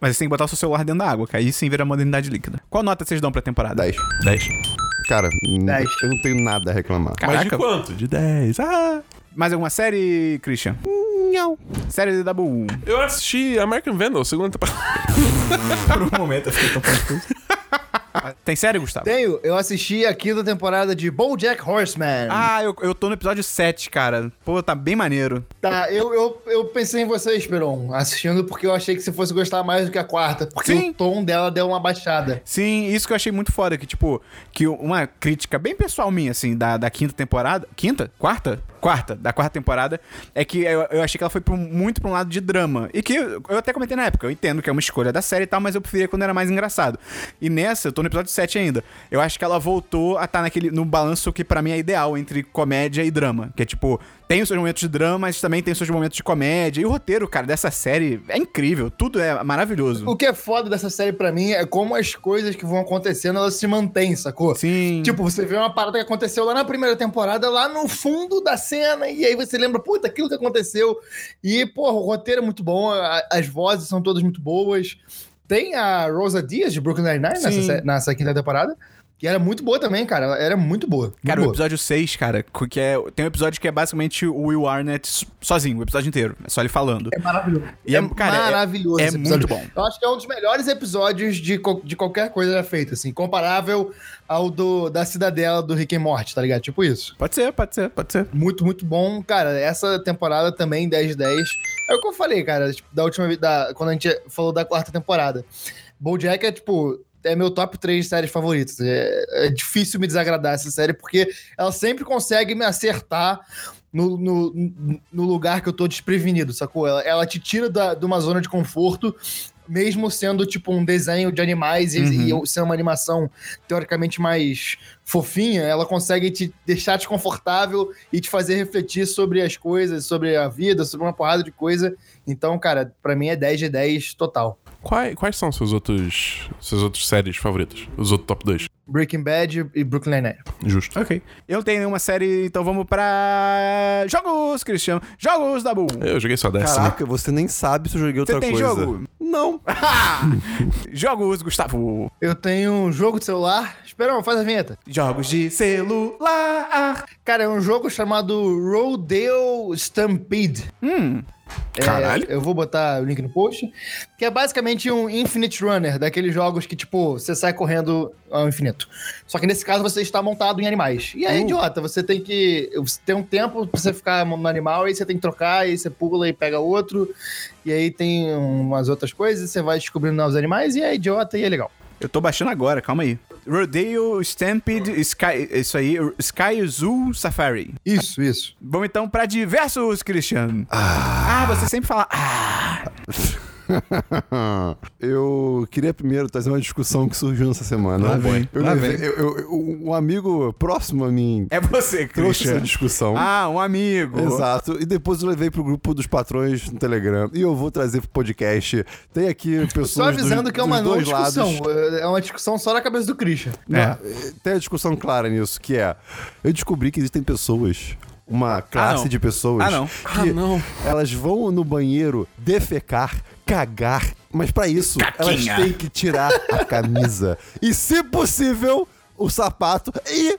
Mas você tem que botar o seu celular dentro da água, que aí sim vira modernidade líquida. Qual nota vocês dão pra temporada? 10. Dez. Cara, Dez. eu não tenho nada a reclamar. Mas de Caraca. quanto? De 10. Ah! Mais alguma série, Christian? Não. Série de um. Double Eu assisti American Vandal, segunda temporada. Por um momento eu fiquei tão confuso. Tem série, Gustavo? Tenho, eu assisti a quinta temporada de BoJack Horseman. Ah, eu, eu tô no episódio 7, cara. Pô, tá bem maneiro. Tá, eu, eu, eu pensei em você, Esperon, assistindo porque eu achei que você fosse gostar mais do que a quarta, porque Sim. o tom dela deu uma baixada. Sim, isso que eu achei muito foda, que tipo, que uma crítica bem pessoal minha, assim, da, da quinta temporada, quinta? Quarta? Quarta, da quarta temporada, é que eu, eu achei que ela foi pra um- muito pra um lado de drama, e que eu, eu até comentei na época, eu entendo que é uma escolha da série e tal, mas eu preferia quando era mais engraçado. E nessa, eu tô no episódio 7 ainda, eu acho que ela voltou a estar naquele, no balanço que pra mim é ideal entre comédia e drama, que é tipo, tem os seus momentos de drama, mas também tem os seus momentos de comédia, e o roteiro, cara, dessa série é incrível, tudo é maravilhoso. O que é foda dessa série pra mim é como as coisas que vão acontecendo, elas se mantêm, sacou? Sim. Tipo, você vê uma parada que aconteceu lá na primeira temporada, lá no fundo da cena, e aí você lembra, puta, aquilo que aconteceu. E, porra, o roteiro é muito bom, a- as vozes são todas muito boas. Tem a Rosa Dias de Brooklyn Nine-Nine nessa, Sim. sé- nessa quinta temporada, que era muito boa também, cara. Ela era muito boa. muito Cara, o boa. episódio 6, cara, co- que é, tem um episódio que é basicamente o Will Arnett so- sozinho, o episódio inteiro. É só ele falando. É maravilhoso. E é, cara, é- maravilhoso. é esse episódio. muito bom. Eu acho que é um dos melhores episódios de, co- de qualquer coisa já feita, assim. Comparável ao do, da Cidadela do Rick and Morty, tá ligado? Tipo isso. Pode ser, pode ser, pode ser. Muito, muito bom. Cara, essa temporada também, 10 de 10. É o que eu falei, cara, tipo, da última vez, da, quando a gente falou da quarta temporada. BoJack é, tipo, é meu top 3 de séries favoritas. É, é difícil me desagradar essa série, porque ela sempre consegue me acertar no, no, no lugar que eu tô desprevenido, sacou? Ela, ela te tira da, de uma zona de conforto, mesmo sendo, tipo, um desenho de animais e- e, eu- sendo uma animação teoricamente mais fofinha, ela consegue te deixar desconfortável e te fazer refletir sobre as coisas, sobre a vida, sobre uma porrada de coisa. Então, cara, pra mim é 10 de 10 total. Quais, quais são seus outros, seus outros séries favoritas? Os outros top 2? Breaking Bad e Brooklyn Nine-Nine. Justo. Ok. Eu não tenho nenhuma série, então vamos pra. Jogos, Cristiano. Jogos da Bull. Eu joguei só dessa, né? Caraca, Assim, você nem sabe se eu joguei outra Você tem coisa. jogo? Não. [laughs] Jogos, Gustavo. Eu tenho um jogo de celular. Esperão, faz a vinheta. Jogos de celular. Cara, é um jogo chamado Rodeo Stampede. É, Caralho. eu vou botar o link no post. Que é basicamente um Infinite Runner, daqueles jogos que, tipo, você sai correndo ao infinito. Só que nesse caso você está montado em animais. E aí, idiota, você tem que. Você tem um tempo pra você ficar no animal, aí você tem que trocar, aí você pula e pega outro. E aí tem umas outras coisas, você vai descobrindo novos animais, e é idiota e é legal. Eu tô baixando agora, calma aí. Rodeo, Stampede, Sky. Isso aí, Sky Zoo Safari. Isso, isso. Vamos então pra diversos, Cristiano. Ah, você sempre fala. Ah. Ah, eu queria primeiro trazer uma discussão que surgiu nessa semana. Lá vem, Eu, lá levei- vem. eu- eu- eu- um amigo próximo a mim É você, trouxe essa Cristiano. discussão. Ah, um amigo. Exato. E depois eu levei pro grupo dos patrões no Telegram. E eu vou trazer pro podcast. Tem aqui pessoas. Só avisando dos- que é uma dos não dois discussão. lados. É uma discussão só na cabeça do Christian. É. Tem a discussão clara nisso, que é. Eu descobri que existem pessoas. Uma classe não. de pessoas Ah, não. que elas vão no banheiro defecar, cagar, mas pra isso elas têm que tirar [laughs] a camisa e, se possível, o sapato e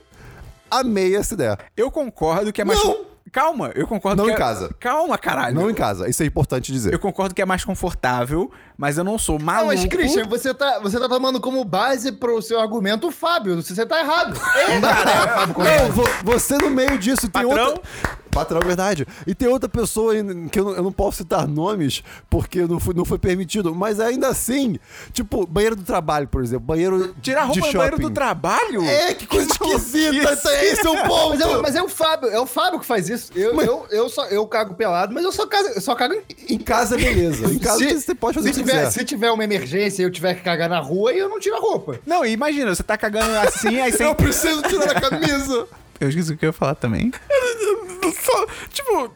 a meia se der. Eu concordo que é mais. Não! Calma, eu concordo Não que em é- casa. Calma, caralho. Não em casa, isso é importante dizer. Eu concordo que é mais confortável, mas eu não sou Ah, maluco. mas Christian, você tá, você tá tomando como base pro seu argumento [laughs] o Fábio. Você tá errado. Não, vo- você no meio disso tem Patrão? outra. Patrão, é verdade. E tem outra pessoa em- que eu não, eu não posso citar nomes porque não foi, não foi permitido, mas ainda assim, tipo, banheiro do trabalho, por exemplo. Banheiro Tirar roupa de no shopping. banheiro do trabalho? É, que coisa maluquice. esquisita. Esse é o ponto. Mas é, mas é o Fábio, é o Fábio que faz isso. Eu, eu, eu, só, eu cago pelado, mas eu só cago, eu só cago em Em casa, beleza. Em casa Se- você pode fazer se o que tiver, quiser. Se tiver uma emergência e eu tiver que cagar na rua, eu não tiro a roupa. Não, e imagina, você tá cagando assim, aí você... Eu preciso tirar a camisa. Eu esqueci o que eu ia falar também. Só, tipo,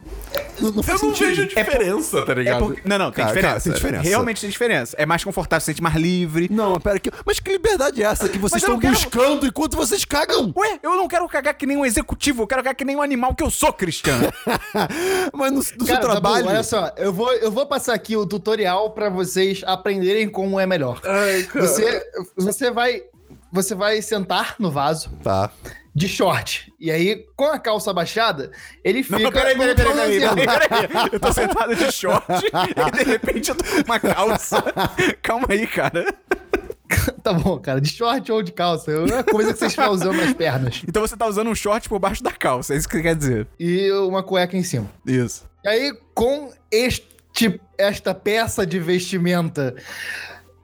Não, não eu faz não sentido. vejo a diferença, tá É ligado? porque... Não, não, tem Cara, diferença. cara, tem diferença. Realmente tem diferença. É mais confortável, você se sente mais livre. Não, mas pera que. Mas que liberdade é essa que vocês Mas eu estão não quero- buscando enquanto vocês cagam? Ué, eu não quero cagar que nem um executivo, eu quero cagar que nem um animal que eu sou, [laughs] Cristiano. mas no, no seu Cara, tá Dabu, trabalho. olha é só, eu vou, eu vou passar aqui o tutorial pra vocês aprenderem como é melhor. Ai, cara. Você, você vai. Você vai sentar no vaso Tá. de short. E aí, com a calça baixada, ele fica. Eu tô sentado de [laughs] short e de repente eu tô com uma calça. Calma aí, cara. [laughs] Tá bom, cara, de short ou de calça. É uma coisa que vocês estão usando nas pernas. Então você tá usando um short por baixo da calça, é isso que você quer dizer. E uma cueca em cima. Isso. E aí, com este, esta peça de vestimenta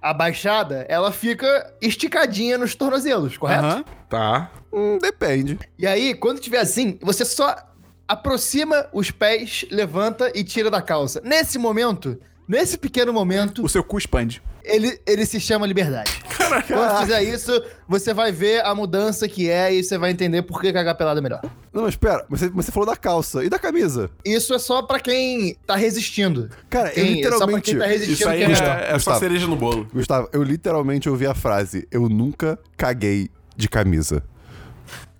abaixada, ela fica esticadinha nos tornozelos, correto? Aham. Tá. Hum, depende. E aí, quando tiver assim, você só aproxima os pés, levanta e tira da calça. Nesse momento, nesse pequeno momento, O seu cu expande. ele, ele se chama liberdade. Caraca. Quando fizer isso, você vai ver a mudança que é e você vai entender por que cagar pelado é melhor. Não, mas pera, mas você, mas você falou da calça e da camisa. Isso é só pra quem tá resistindo. Cara, eu Quem- é só pra quem literalmente. tá resistindo Isso aí que é melhor. é, é só Gustavo. cereja no bolo. Gustavo, eu literalmente ouvi a frase: Eu nunca caguei de camisa.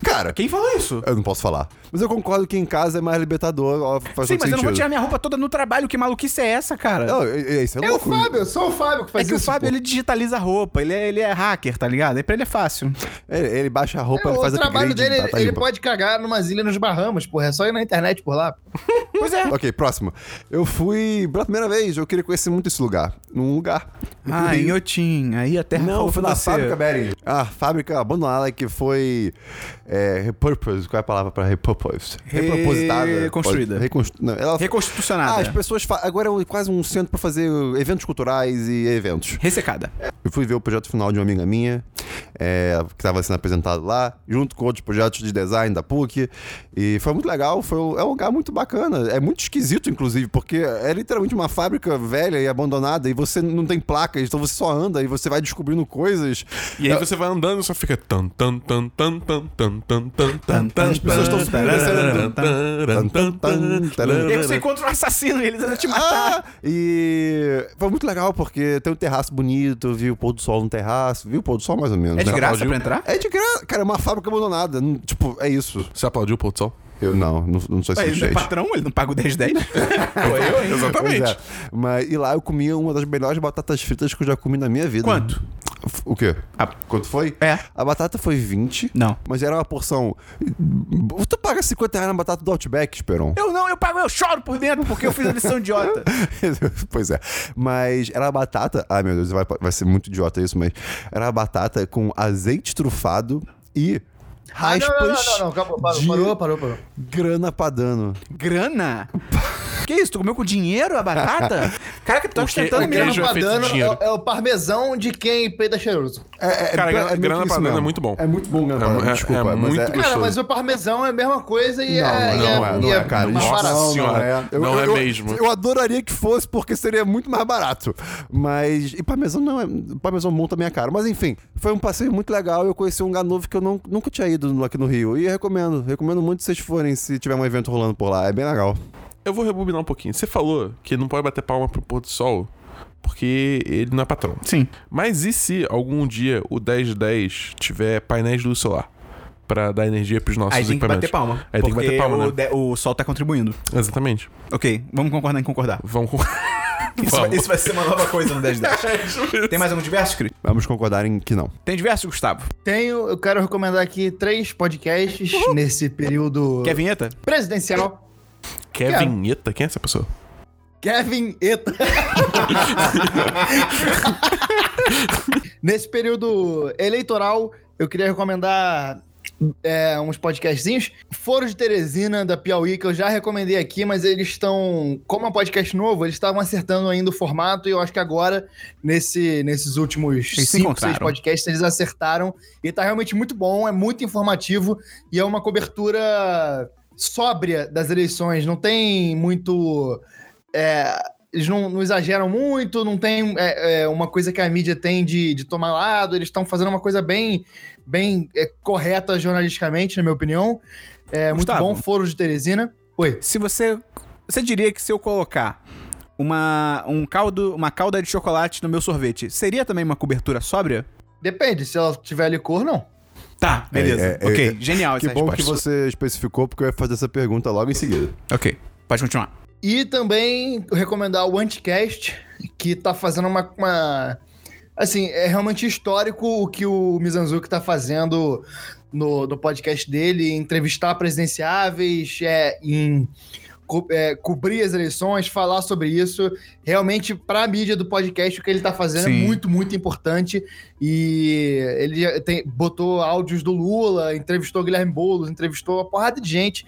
Cara, Quem falou isso? eu não posso falar. Mas eu concordo que em casa é mais libertador, ó, faz Sim, todo mas eu não vou sentido. tirar minha roupa toda no trabalho, que maluquice é essa, cara? Não, é- é- isso é, É o louco. Fábio, só o Fábio que É faz que o isso. Fábio, pô. ele digitaliza a roupa, ele é, ele é hacker, tá ligado? Aí pra ele é fácil. Ele, ele baixa a roupa, É, ele faz o trabalho upgrade, dele, tá- tá ele limpo. pode cagar numa ilha nos Bahamas, porra. É só ir na internet por lá. Pois é. Ok, próximo. Eu fui pela primeira vez, eu queria conhecer muito esse lugar. Num lugar. Ah, eu. em Otim, aí a terra Não, falou foi pra na você. fábrica Bering. A fábrica abandonada que foi é, repurposed. Qual é a palavra para repurposed? Repropositada. Reconstruída. Pode- reconstru- não, ela- Ah, Reconstitucionada. as pessoas. fa- Agora é quase um centro para fazer eventos culturais e eventos. Ressecada. Eu fui ver o projeto final de uma amiga minha, é, que estava sendo apresentado lá, junto com outros projetos de design da PUC. E foi muito legal, foi um- é um lugar muito bacana. É muito esquisito, inclusive, porque é literalmente uma fábrica velha e abandonada, e você não tem placas, então você só anda e você vai descobrindo coisas. E aí você vai andando e só fica. tan, tan, tan, tan, tan, tan, tan, tan, tan, tan, As pessoas tão subindo e descendo. tan, tan, tan, tan. E aí você encontra um assassino e eles andam te matar. Ah, e foi muito legal, porque tem um terraço bonito, vi o pôr do sol no terraço, viu o pôr do sol mais ou menos. É de né? graça Gil. pra entrar? É de graça, cara, é uma fábrica abandonada. não- Tipo, é isso. Você aplaudiu o pôr do sol? Eu não, não, não sou esse Ele não é sujeito. patrão, ele não paga o [laughs] 1010. Foi eu, hein? Pois Exatamente. é. Mas, e lá eu comi uma das melhores batatas fritas que eu já comi na minha vida. Quanto? F- O quê? Ah. Quanto foi? É. A batata foi 20. Não. Mas era uma porção. hum, Tu paga 50 reais na batata do Outback, Esperon. [laughs] Eu não, eu pago, eu choro por dentro porque eu fiz a lição [laughs] idiota. pois é. Mas era uma batata. Ai, meu Deus, vai, vai ser muito idiota isso, mas. Era uma batata com azeite trufado e. Ah, Raspas não, não, não, não, não, acabou, parou, de parou, parou, parou. Tá grana padano. [laughs] Grana? Que isso? Tu comeu com dinheiro a batata? Caraca, tu tá O que- ostentando o grana. queijo é feito de Padano é, dinheiro. é o parmesão de quem peida cheiroso. É, Cara, grana- meio que grana isso padano mesmo. é muito bom. É muito bom, grana É, padano. é- Desculpa, é mas muito é, gostoso. Cara, mas o parmesão é a mesma coisa e é. Não, e não é, não e é, cara. mais Nossa barato. senhora. Eu- Não é eu- mesmo. Eu adoraria que fosse, porque seria muito mais barato. Mas. E parmesão não é. Parmesão monta a minha cara. Mas enfim, foi um passeio muito legal. Eu conheci um lugar novo que eu não- nunca tinha ido no- aqui no Rio. E eu recomendo. Recomendo muito vocês forem, se tiver um evento rolando por lá. É bem legal. Eu vou rebobinar um pouquinho. Você falou que não pode bater palma pro pôr do sol porque ele não é patrão. Sim. Mas e se algum dia o 1010 tiver painéis de luz solar? Pra dar energia pros nossos Aí tem que equipamentos. bater palma. Aí tem que porque bater palma, o, né? de- o sol tá contribuindo. Exatamente. Ok, vamos concordar em concordar. Vamos com... [laughs] Isso, Vamos. É isso vai ser uma nova coisa no [laughs] 1010. Tem mais algum diverso, Cris? Vamos concordar em que não. Tem diverso, Gustavo? Tenho, eu quero recomendar aqui três podcasts nesse período Quer vinheta? presidencial. Quer Quero. vinheta? Quem é essa pessoa? Kevin Eta. Nesse período eleitoral, eu queria recomendar é, uns podcastzinhos. Foro de Teresina, da Piauí, que eu já recomendei aqui, mas eles estão. Como é um podcast novo, eles estavam acertando ainda o formato, e eu acho que agora, nesse, nesses últimos Eles se cinco, seis encontraram. podcasts, eles acertaram. E tá realmente muito bom, é muito informativo e é uma cobertura sóbria das eleições. Não tem muito. é, eles não, não exageram muito, não tem é, é, uma coisa que a mídia tem de, de tomar lado, eles estão fazendo uma coisa bem, bem é, correta jornalisticamente, na minha opinião. É Gustavo. muito bom, Foro de Teresina. Oi. Se você. Você diria que se eu colocar uma, um caldo, uma calda de chocolate no meu sorvete, seria também uma cobertura sóbria? Depende, se ela tiver licor, não. Tá, beleza. É, é, ok, é. genial Que essa bom que resposta. você especificou, porque eu ia fazer essa pergunta logo em [laughs] seguida. Ok, pode continuar. E também recomendar o Anticast, que tá fazendo uma. uma- assim, é realmente histórico o que o Mizanzuki tá fazendo no, no podcast dele, entrevistar presidenciáveis, é, em co- é, cobrir as eleições, falar sobre isso. Realmente, pra mídia do podcast, o que ele tá fazendo Sim. é muito, muito importante. E ele já tem- botou áudios do Lula, entrevistou o Guilherme Boulos, entrevistou uma porrada de gente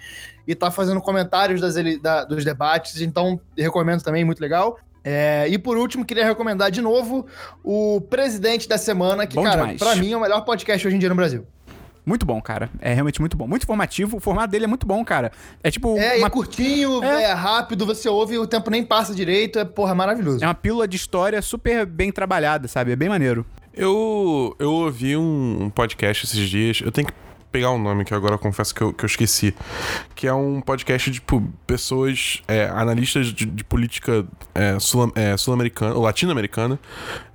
e tá fazendo comentários das ele- da- dos debates, então recomendo também, muito legal. É, e por último, queria recomendar de novo o Presidente da Semana, que, Bom cara, demais. pra mim é o melhor podcast hoje em dia no Brasil. Muito bom, cara. É realmente muito bom. Muito informativo. O formato dele é muito bom, cara. É tipo É, e é uma, curtinho, É. é. rápido, você ouve e o tempo nem passa direito, é, porra, maravilhoso. é uma pílula de história super bem trabalhada, sabe? É bem maneiro. Eu, eu ouvi um, um podcast esses dias. Eu tenho que pegar o nome que agora eu confesso que eu, que eu esqueci. Que é um podcast de tipo, pessoas, é, analistas de, de política é, sul- é, sul-americana, ou latino-americana,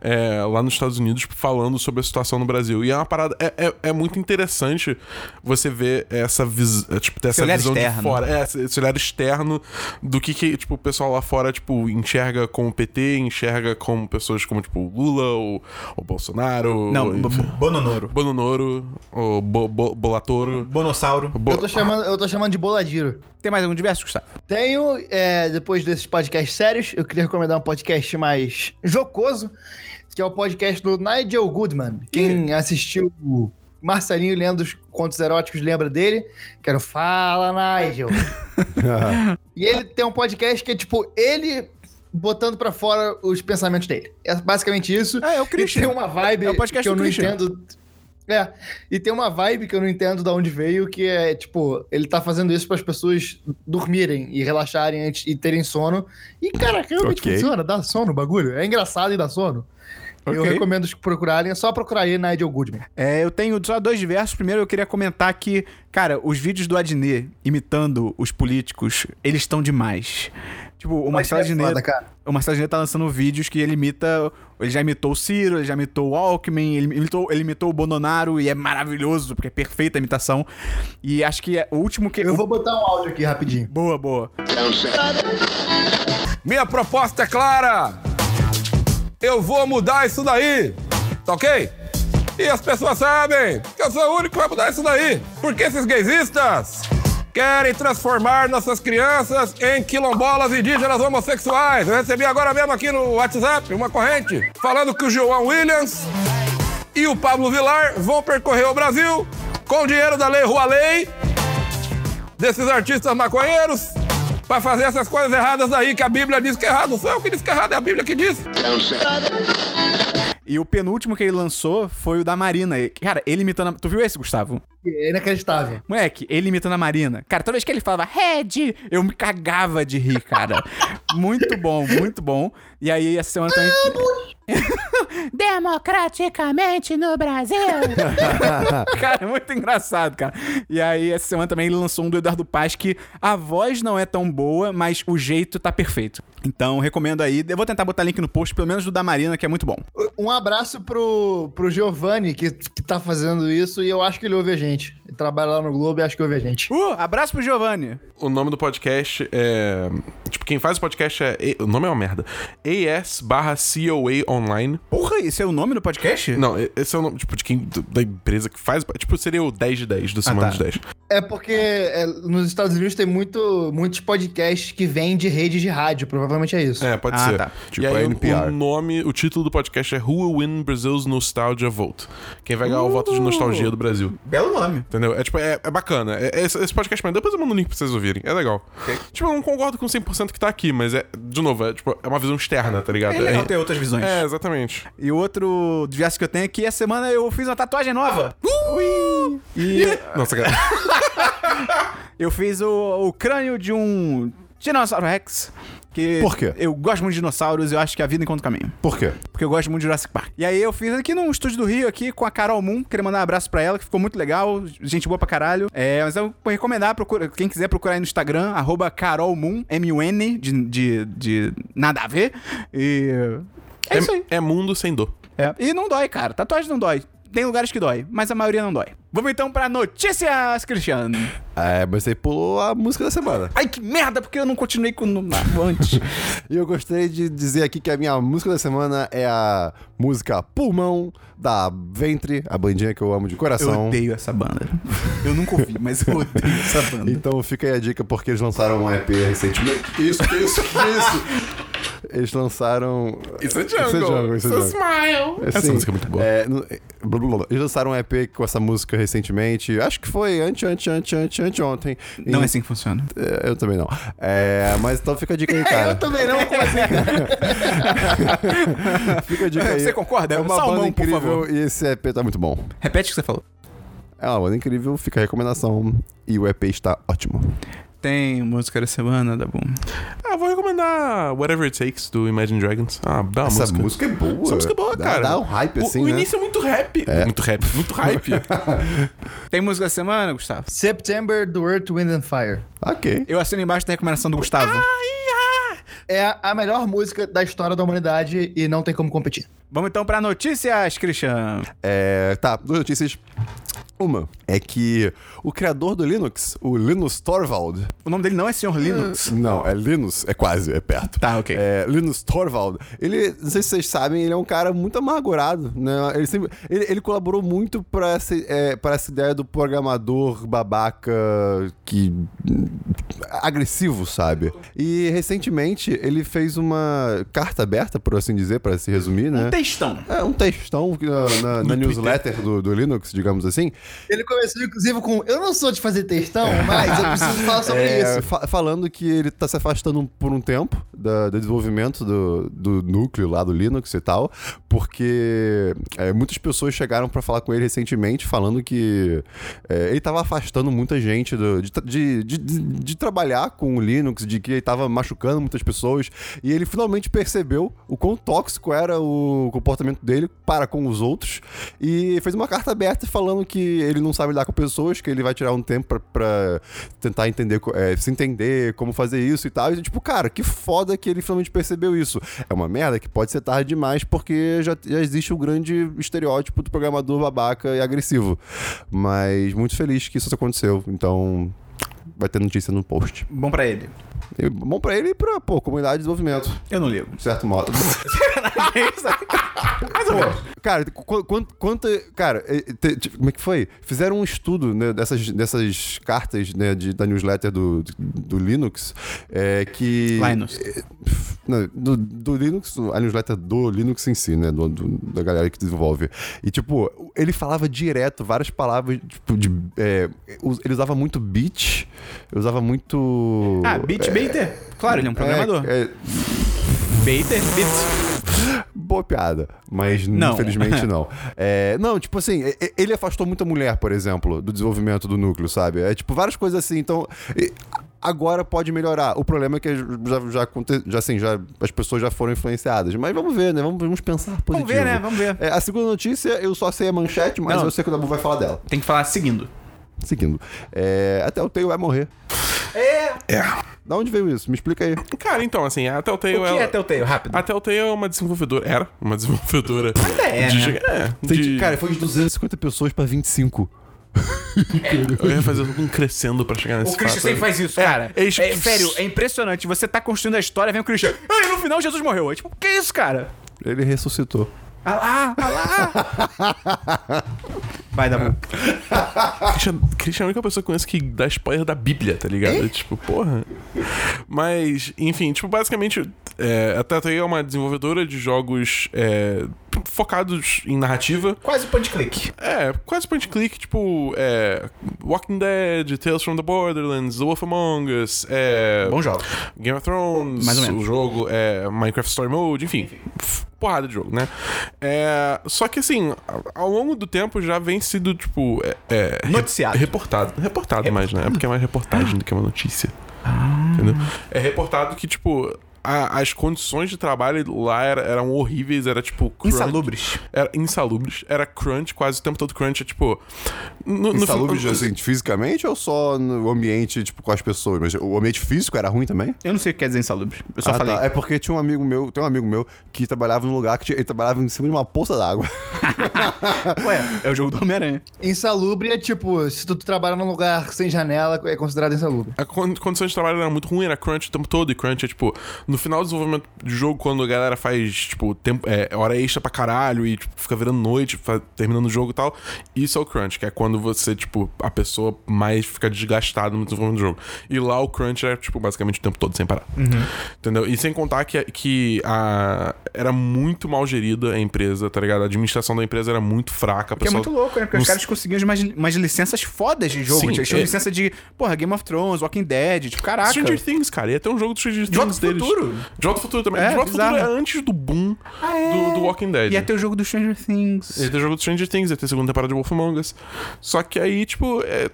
é, lá nos Estados Unidos, tipo, falando sobre a situação no Brasil. E é uma parada. É, é, é muito interessante você ver essa, vis, é, tipo, ter essa olhar visão externo. né? de fora. É, esse esse olhar externo do que, que, tipo, o pessoal lá fora, tipo, enxerga como PT, enxerga como pessoas como, tipo, Lula ou, ou Bolsonaro. Não, ou, B- enfim. B- Bononoro. Bononoro, ou Bo- Bo- Bolatoro. Bonossauro. Bo- Eu, tô chamando, eu tô chamando de Boladiro. Tem mais algum diverso, Gustavo? Tenho, é, depois desses podcasts sérios, eu queria recomendar um podcast mais jocoso, que é o podcast do Nigel Goodman. Quem assistiu o Marcelinho lendo os contos eróticos lembra dele. Quero fala, Nigel. e ele tem um podcast que é tipo ele botando pra fora os pensamentos dele. É basicamente isso. É, é o E tem Christian. uma vibe É o podcast que eu do não Christian. entendo. É, e tem uma vibe que eu não entendo de onde veio, que é tipo, ele tá fazendo isso para as pessoas dormirem e relaxarem antes e terem sono. E cara, realmente Ok. funciona, dá sono o bagulho. É engraçado e dá sono. Eu Ok. recomendo os procurarem, é só procurar aí na Nigel Goodman. É, eu tenho só dois diversos. Primeiro, eu queria comentar que, cara, os vídeos do Adnet imitando os políticos, eles estão demais. Tipo, o Marcelo é foda, Adnet, cara. o Marcelo Adnet tá lançando vídeos que ele imita. Ele já imitou o Ciro, ele já imitou o Alckmin, ele imitou, ele imitou o Bononaro e é maravilhoso, porque é perfeita a imitação. E acho que é o último que. Eu vou botar um áudio aqui rapidinho. Boa, boa. Minha proposta é clara. Eu vou mudar isso daí. Tá ok? E as pessoas sabem que eu sou o único que vai mudar isso daí. Porque esses gaysistas querem transformar nossas crianças em quilombolas indígenas homossexuais. Eu recebi agora mesmo aqui no WhatsApp uma corrente falando que o João Williams e o Pablo Vilar vão percorrer o Brasil com o dinheiro da Lei Rua Lei desses artistas maconheiros pra fazer essas coisas erradas aí que a Bíblia diz que é errado. Não sou eu que diz que é errado, é a Bíblia que diz. E o penúltimo que ele lançou foi o da Marina. E, Cara, ele imitando. a- Tu viu esse, Gustavo? É inacreditável. Moleque, ele imitando a Marina. Cara, toda vez que ele falava Red, eu me cagava de rir, cara. [laughs] muito bom, muito bom. E aí, essa semana também. [laughs] Democraticamente no Brasil. [laughs] cara, é muito engraçado, cara. E aí, essa semana também ele lançou um do Eduardo Paz que a voz não é tão boa, mas o jeito tá perfeito. Então, recomendo aí. Eu vou tentar botar link no post, pelo menos do da Marina, que é muito bom. Um abraço pro, pro Giovanni, que, que tá fazendo isso, e eu acho que ele ouve a gente. Ele trabalha lá no Globo e acho que ouve a gente. Uh, abraço pro Giovanni. O nome do podcast é. Tipo, quem faz o podcast é. O nome é uma merda. AS barra COA Online. Porra, esse é o nome do podcast? Não, e- esse é o nome, tipo, de quem. do- Da empresa que faz. Tipo, seria o 10 de 10 do Semana tá. dos 10. É porque é, nos Estados Unidos tem muito, muitos podcasts que vêm de redes de rádio, provavelmente é isso. É, pode Ah, ser. tá. e Tipo aí, a NPR. o nome, o título do podcast é Who Will Win Brazil's Nostalgia Vote? Quem vai ganhar o voto de nostalgia do Brasil? Belo nome. Entendeu? entendeu? É tipo, é, é bacana. É- é esse, esse podcast mesmo. Depois eu mando um link pra vocês ouvirem. É legal. Tipo, eu não concordo com 100% que tá aqui, mas é, de novo, é, tipo, é uma visão externa, tá ligado? É legal ter outras visões. É, exatamente. E o outro desviaço que eu tenho é que essa semana eu fiz uma tatuagem nova. E Nossa, cara. eu fiz o, o crânio de um Tiranossauro Rex. Que Por quê? Eu gosto muito de dinossauros e eu acho que a vida encontra o caminho. Por quê? Porque eu gosto muito de Jurassic Park. E aí eu fiz aqui num estúdio do Rio, aqui, com a Carol Moon. Queria mandar um abraço pra ela, que ficou muito legal. Gente boa pra caralho. É, mas eu vou recomendar, procura, quem quiser procurar aí no Instagram, arroba Carol Moon, M-U-N, de, de, de nada a ver. E... [laughs] É isso aí. É, é mundo sem dor. É. E não dói, cara. Tatuagem não dói. Tem lugares que dói, mas a maioria não dói. Vamos então pra notícias, Cristiano. É, mas você pulou a música da semana. Ai, que merda, porque eu não continuei com o antes. E eu gostaria de dizer aqui que a minha música da semana é a música Pulmão, da Ventre, a bandinha que eu amo de [laughs] Eu coração. odeio essa banda. Eu nunca ouvi, mas eu odeio essa banda. Então fica aí a dica, porque eles lançaram um EP recentemente. Que Isso, que isso, que isso? Eles lançaram. Isso é Isso é Jungle, isso é Jungle. smile. Essa Assim, música é muito boa. é, no- é, blá, blá, blá. Eles lançaram um EP com essa música recentemente. Acho que foi ante, ante, ante, ante, ante ontem. Não é assim que funciona. Eu também não. É, mas então fica a dica aí, cara. também [laughs] não, como assim? Fica a dica aí. Você concorda? É uma Salmão, banda por incrível favor. e esse EP tá muito bom. Repete o que você falou. É uma banda incrível, fica a recomendação. E o EP está ótimo. Tem música da semana, da Boom. Ah, vou recomendar Whatever It Takes, do Imagine Dragons. Ah, dá uma Essa música. música, é boa. Essa música é boa, Dá- cara. Dá um hype O- assim, o, né? início é muito rap. Muito rap, muito hype. [laughs] Tem música da semana, Gustavo? September do Earth, Wind and Fire. Ok. Eu assino embaixo da recomendação do Gustavo. É a melhor música da história da humanidade e não tem como competir. Vamos então pra notícias, Christian. É, tá, duas notícias. Uma é que o criador do Linux, o Linus Torvald. O nome dele não é Sr. Linux. Não, é Linus, é quase, é perto. Tá, ok. É, Linus Torvald. Ele, não sei se vocês sabem, ele é um cara muito amargurado, né? Ele, sempre, ele, ele colaborou muito pra essa, é, pra essa ideia do programador babaca que. agressivo, sabe? E recentemente ele fez uma carta aberta, por assim dizer, pra se resumir, né? Textão. É um textão que na, na- na newsletter do, do Linux, digamos assim. Ele começou, inclusive, com Eu não sou de fazer textão, mas eu preciso [laughs] falar sobre É, isso. fa- falando que ele tá se afastando um- por um tempo da- do desenvolvimento do, do núcleo lá do Linux e tal, porque é, muitas pessoas chegaram pra falar com ele recentemente falando que é, ele tava afastando muita gente do- de, tra- de- de- de- de trabalhar com o Linux, de que ele tava machucando muitas pessoas, e ele finalmente percebeu o quão tóxico era o comportamento dele para com os outros, e fez uma carta aberta falando que ele não sabe lidar com pessoas, que ele vai tirar um tempo pra- pra tentar entender, co- é, se entender como fazer isso e tal. E tipo, cara, que foda que ele finalmente percebeu isso. É uma merda que pode ser tarde demais, porque já, já existe o grande estereótipo do programador babaca e agressivo. Mas muito feliz que isso aconteceu. Então, vai ter notícia no post. Bom pra ele. E bom pra ele e pra, pô, comunidade de desenvolvimento, Eu não [laughs] ligo. de certo modo. [laughs] Cara, qu- quanto, quanto. Cara, eh, te- te- como é que foi? Fizeram um estudo né, dessas, dessas cartas né, de, da newsletter do, do Linux. É, que. Linus. eh, não, do, do Linux, a newsletter do Linux em si, né? do- do- da galera que desenvolve. E, tipo, ele falava direto várias palavras, tipo, de. eh, us- ele usava muito bit, ele usava muito. Ah, Bit Baiter. Claro, ele é um programador. É, é, Baiter, Bit. Boa piada, mas Não. [laughs] infelizmente não. É, não, tipo assim, e- e- ele afastou muita mulher, por exemplo, do desenvolvimento do núcleo, sabe? É tipo várias coisas assim, então. e- Agora pode melhorar. O problema é que já, já, aconte- já, assim, já as pessoas já foram influenciadas. Mas vamos ver, né? Vamos, vamos pensar positivo. ver, né? Vamos ver. É, a segunda notícia, eu só sei a manchete, mas Não. eu sei que o Dabu vai falar dela. Tem que falar seguindo. Seguindo. É, até o Tail vai morrer. É. É. Da onde veio isso? Me explica aí. Cara, então, assim, a Telltale... O que é ela- Telltale? Rápido. A Telltale é uma desenvolvedora. Era uma desenvolvedora. Ainda é, de, né? é, de- Cara, foi de 250 pessoas pra 25. eu ia fazer um crescendo pra chegar nesse O Christian fato. sempre faz isso, cara. é É, isso- sério, é impressionante. Você tá construindo a história, vem o Christian. Ei, no final Jesus morreu. É tipo, que isso, cara? Ele ressuscitou. Ah lá, ah lá. Vai, Dabu. Christian, Christian é a única pessoa que eu conheço que dá spoiler da Bíblia, tá ligado? Tipo, porra. Mas, enfim, tipo, basicamente, é, a Telltale é uma desenvolvedora de jogos é, focados em narrativa. Quase point click. É, quase point click, tipo, é, Walking Dead, Tales from the Borderlands, The Wolf Among Us, é, Bom jogo. Game of Thrones, Mais ou menos. o jogo, é, Minecraft Story Mode, enfim, f- porrada de jogo, né? É, só que assim, a- ao longo do tempo já vem sido, tipo, é, é, re- Noticiado. Reportado. Reportado mais, né? É porque é mais reportagem do que uma notícia. Ah. Entendeu? É reportado que, tipo, a- as condições de trabalho lá era- eram horríveis, era tipo. crunch- Insalubres. Era insalubres, era crunch, quase o tempo todo crunch, é tipo. No, no fim- Insalubre, assim, fisicamente ou só no ambiente, tipo, com as pessoas? Mas o ambiente físico era ruim também? Eu não sei o que quer dizer insalubres. Eu só Ah, falei. tá. É porque tinha um amigo meu, tem um amigo meu, que trabalhava num lugar que tinha- ele trabalhava em cima de uma poça d'água. [laughs] Ué, é o jogo do Homem-Aranha. Insalubre é tipo, se tu trabalha num lugar sem janela, é considerado insalubre. A con- condição de trabalho era muito ruim, era crunch o tempo todo. E crunch é tipo, no final do desenvolvimento de jogo, quando a galera faz, tipo, tempo, é, hora extra pra caralho e tipo, fica virando noite, fa- terminando o jogo e tal. Isso é o crunch, que é quando você, tipo, a pessoa mais fica desgastada no desenvolvimento do jogo. E lá o crunch era, tipo, basicamente o tempo todo sem parar. Uhum. Entendeu? E sem contar que, que a, era muito mal gerida a empresa, tá ligado? A administração da empresa era muito fraca. a Que é pessoa muito louco, né? Porque não os caras conseguiam umas, umas licenças fodas de jogo. Sim, Eles tinham é- licença de, porra, Game of Thrones, Walking Dead, tipo, caraca. Stranger Things, cara. Ia ter um jogo do Stranger De Volta Things pro deles. Futuro. De Volta pro Futuro também. É, de Volta pro Futuro é bizarro. antes do boom Ah, é. do, do Walking Dead. Ia ter o jogo do Stranger Things. Ia ter jogo do Stranger Things, ia ter segunda temporada de Wolf Among Us. Só que aí, tipo, é,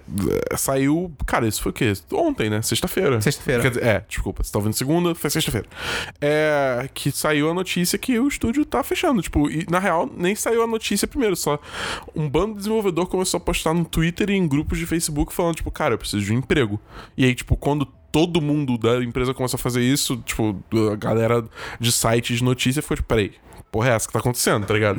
é, saiu. Cara, isso foi o quê? Ontem, né? Sexta-feira. Sexta-feira. Quer dizer, é, desculpa, você tá ouvindo segunda, foi sexta-feira. É. Que saiu a notícia que o estúdio tá fechando. Tipo, e na real, nem saiu a notícia primeiro, só um bando de desenvolvedor começou a postar no Twitter e em grupos de Facebook falando, tipo, cara, eu preciso de um emprego. E aí, tipo, quando todo mundo da empresa começou a fazer isso, tipo, a galera de sites de notícia ficou tipo, peraí, porra é essa que tá acontecendo, tá ligado?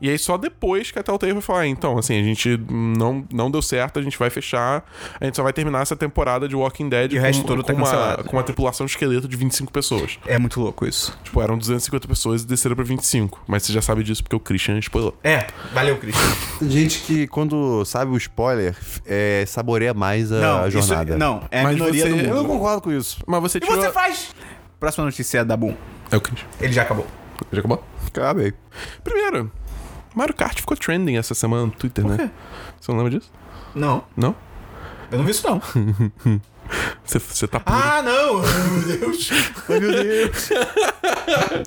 E aí só depois que a Telltale vai falar, "Ah, então, assim, a gente não, não deu certo, a gente vai fechar, a gente só vai terminar essa temporada de Walking Dead E o resto todo tá uma, cancelado. com uma tripulação de esqueleto de 25 pessoas. É muito louco isso. Tipo, eram 250 pessoas e desceram pra 25. Mas você já sabe disso porque o Christian spoilou. É, valeu, Cris. Tem gente que, quando sabe o spoiler, f- é, saboreia mais a, a jornada. Isso, não, é a Mas minoria você- do Eu não mundo. concordo com isso. Mas você E tirou- você faz? Próxima notícia é da Boom. É o Christian. Ele já acabou. Já acabou? Acabei. Primeiro, Mario Kart ficou trending essa semana no Twitter, né? Você não lembra disso? Não, Não? eu não vi [laughs] isso não. Você, você tá... ah, não! [laughs] Meu Deus. Meu Deus. [laughs]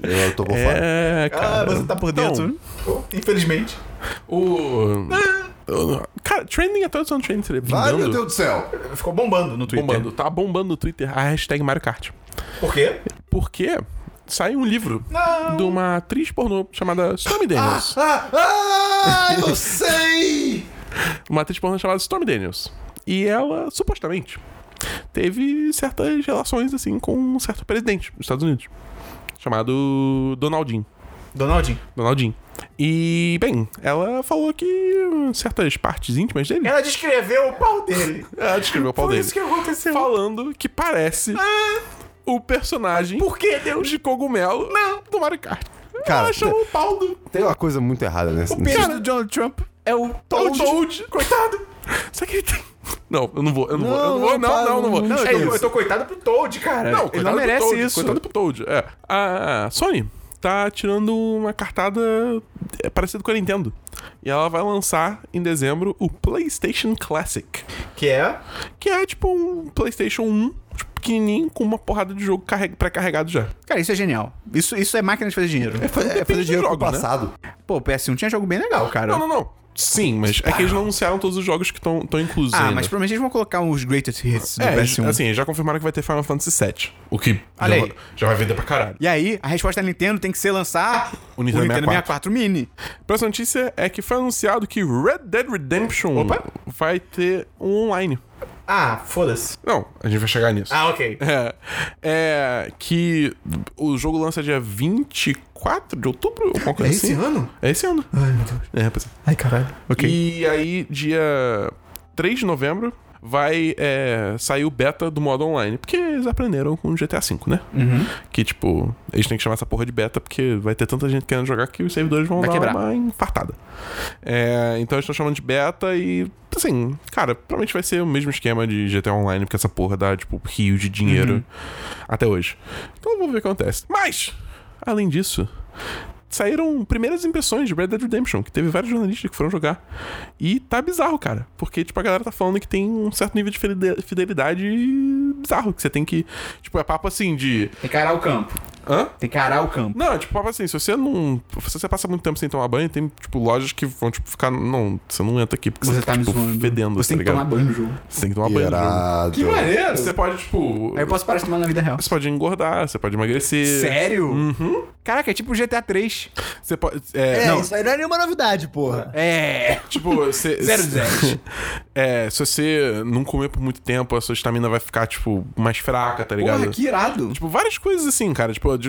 Eu tô por fora. É, Ah, cara. você tá por dentro. Oh, Infelizmente. O... o- Cara, trending é até o Sound Trending seria Ai, meu bombando. Deus do céu. Ficou bombando no Twitter. bombando. Tá bombando no Twitter a hashtag Mario Kart. Por quê? Porque sai um livro de uma atriz pornô chamada Stormy Daniels. Ah, [laughs] ah, eu sei! Uma atriz pornô chamada Stormy Daniels. E ela, supostamente, teve certas relações, assim, com um certo presidente dos Estados Unidos. Chamado Donaldinho. Donaldinho. Donaldinho. E, bem, ela falou que certas partes íntimas dele. Ela descreveu o pau dele. Ela descreveu [laughs] o pau É, Foi dele. isso que aconteceu. Falando que parece o personagem. Por que, Deus? de cogumelo do Mario Kart. Cara, é- Ela achou o pau do Tem uma coisa muito errada nessa. O pênis do Donald Trump é o Toad. Toad. Coitado. Será que ele tem... Não, eu não vou, eu não, vou, eu não não, vou, não, para, não, não vou. não, É, É isso. eu tô coitado pro Toad, cara. Não, É, ele coitado não do merece Toad, isso. Coitado pro Toad. É. A Sony tá tirando uma cartada é, parecida com a Nintendo. E ela vai lançar em dezembro o PlayStation Classic, Que é? que é tipo um PlayStation 1 tipo, pequenininho com uma porrada de jogo carreg- pré-carregado já. né? Cara, isso é genial. Isso, isso é máquina de fazer dinheiro. É Depende fazer do dinheiro pro jogo, né? passado. Pô, o PS1 tinha jogo bem legal, cara. Não, não, não. Sim, mas é que eles não anunciaram todos os jogos que estão inclusos Ah, ainda. mas provavelmente eles vão colocar uns greatest hits do É, PS1. assim, já confirmaram que vai ter Final Fantasy VII. O que Olha já, aí. vai- já vai vender pra caralho. E aí, a resposta da Nintendo tem que ser lançar O Nintendo 64. Mini. Próxima notícia é que foi anunciado que Red Dead Redemption Opa. vai ter um online. Ah, foda-se. Não, a gente vai chegar nisso. Ah, ok. É, é que o jogo lança dia 24 de outubro, alguma coisa É esse assim. ano? É esse ano. Ai, meu Deus. É, rapaziada. Ai, caralho. Ok. E aí, dia 3 de novembro, vai é, sair o beta do modo online. Porque eles aprenderam com o GTA V, né? Uhum. Que, tipo, eles têm que chamar essa porra de beta porque vai ter tanta gente querendo jogar que os servidores vão Vai dar quebrar. uma infartada. É, então eles estão chamando de beta e, assim, cara, provavelmente vai ser o mesmo esquema de GTA Online, porque essa porra dá, tipo, rio de Uhum. dinheiro até hoje. Então vamos ver o que acontece. Mas, além disso, saíram primeiras impressões de Red Dead Redemption, que teve vários jornalistas que foram jogar. E tá bizarro, cara. Porque, tipo, a galera tá falando que tem um certo nível de fide- fidelidade bizarro, que você tem que. Tipo, é papo assim de. Tem que arar o campo. Hã? Tem que arar o campo. Não, é tipo, papo assim, se você não. Se você passa muito tempo sem tomar banho, tem, tipo, lojas que vão, tipo, ficar. Não, você não entra aqui porque você, Você tá, tá me tipo, zoando. fedendo, Você tem tá que ligado? tomar banho no jogo. Você tem que tomar banho. no jogo. Irado. maneiro! Você pode, tipo. Aí eu posso parar de tomar na vida real. Você pode engordar, você pode emagrecer. Sério? Uhum. Caraca, é tipo GTA 3. Você pode. É, É, não, isso aí não é nenhuma novidade, porra. É. tipo, [laughs] você. Zero dez. [laughs] É, se você não comer por muito tempo, a sua estamina vai ficar, tipo, mais fraca, tá ligado? Porra, que irado. Tipo, várias coisas assim, cara. Tipo, de,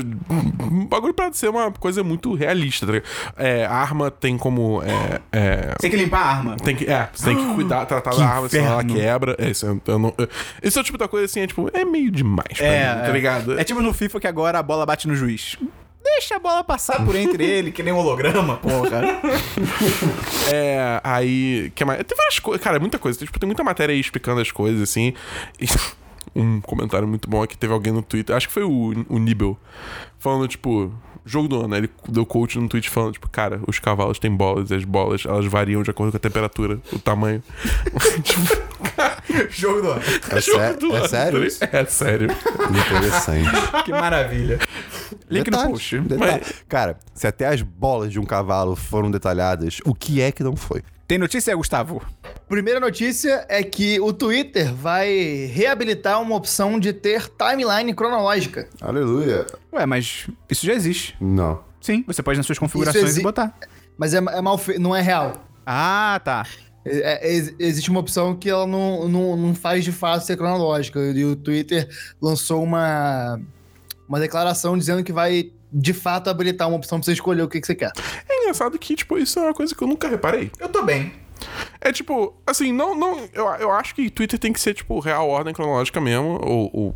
um bagulho pra ser uma coisa muito realista, tá ligado? É, a arma tem como. É, é, Tem que limpar a arma. tem que, é, você tem que cuidar, tratar da arma, senão ela Ah, inferno. quebra. É, isso, eu, eu não, eu- esse é o tipo da coisa assim, é tipo, é meio demais pra mim, tá ligado? É tipo no FIFA que agora a bola bate no juiz. Deixa a bola passar por [laughs] entre ele, que nem um holograma, porra. É, aí. Que mais? Tem várias coisas. Cara, é muita coisa. Tem, tipo, tem muita matéria aí explicando as coisas, assim. E [laughs] um comentário muito bom é que teve alguém no Twitter, acho que foi o, o Nibel, falando, tipo. Jogo do ano, aí ele deu coach no tweet falando, tipo, cara, os cavalos têm bolas e as bolas, elas variam de acordo com a temperatura, [laughs] o tamanho. tipo, cara, [laughs] Jogo do ano. É, sé- jogo do é ano, sério? tá ligado? [laughs] É sério. Interessante. Que maravilha. Link no Detalhe, post. detalhe. Cara, se até as bolas de um cavalo foram detalhadas, o que é que não foi? Tem notícia, Gustavo? Primeira notícia é que o Twitter vai reabilitar uma opção de ter timeline cronológica. Aleluia. Ué, mas isso já existe. Não. Sim, você pode ir nas suas configurações exi- e botar. Mas é, é mal fe... não é real. Ah, tá. É- é- ex- existe uma opção que ela não, não, não faz de fato ser cronológica. E o Twitter lançou uma, uma declaração dizendo que vai de fato habilitar uma opção pra você escolher o que, que você quer. É engraçado que, tipo, isso é uma coisa que eu nunca reparei. Eu tô bem. É tipo, assim, não. não eu, eu acho que Twitter tem que ser, tipo, real ordem cronológica mesmo, ou, ou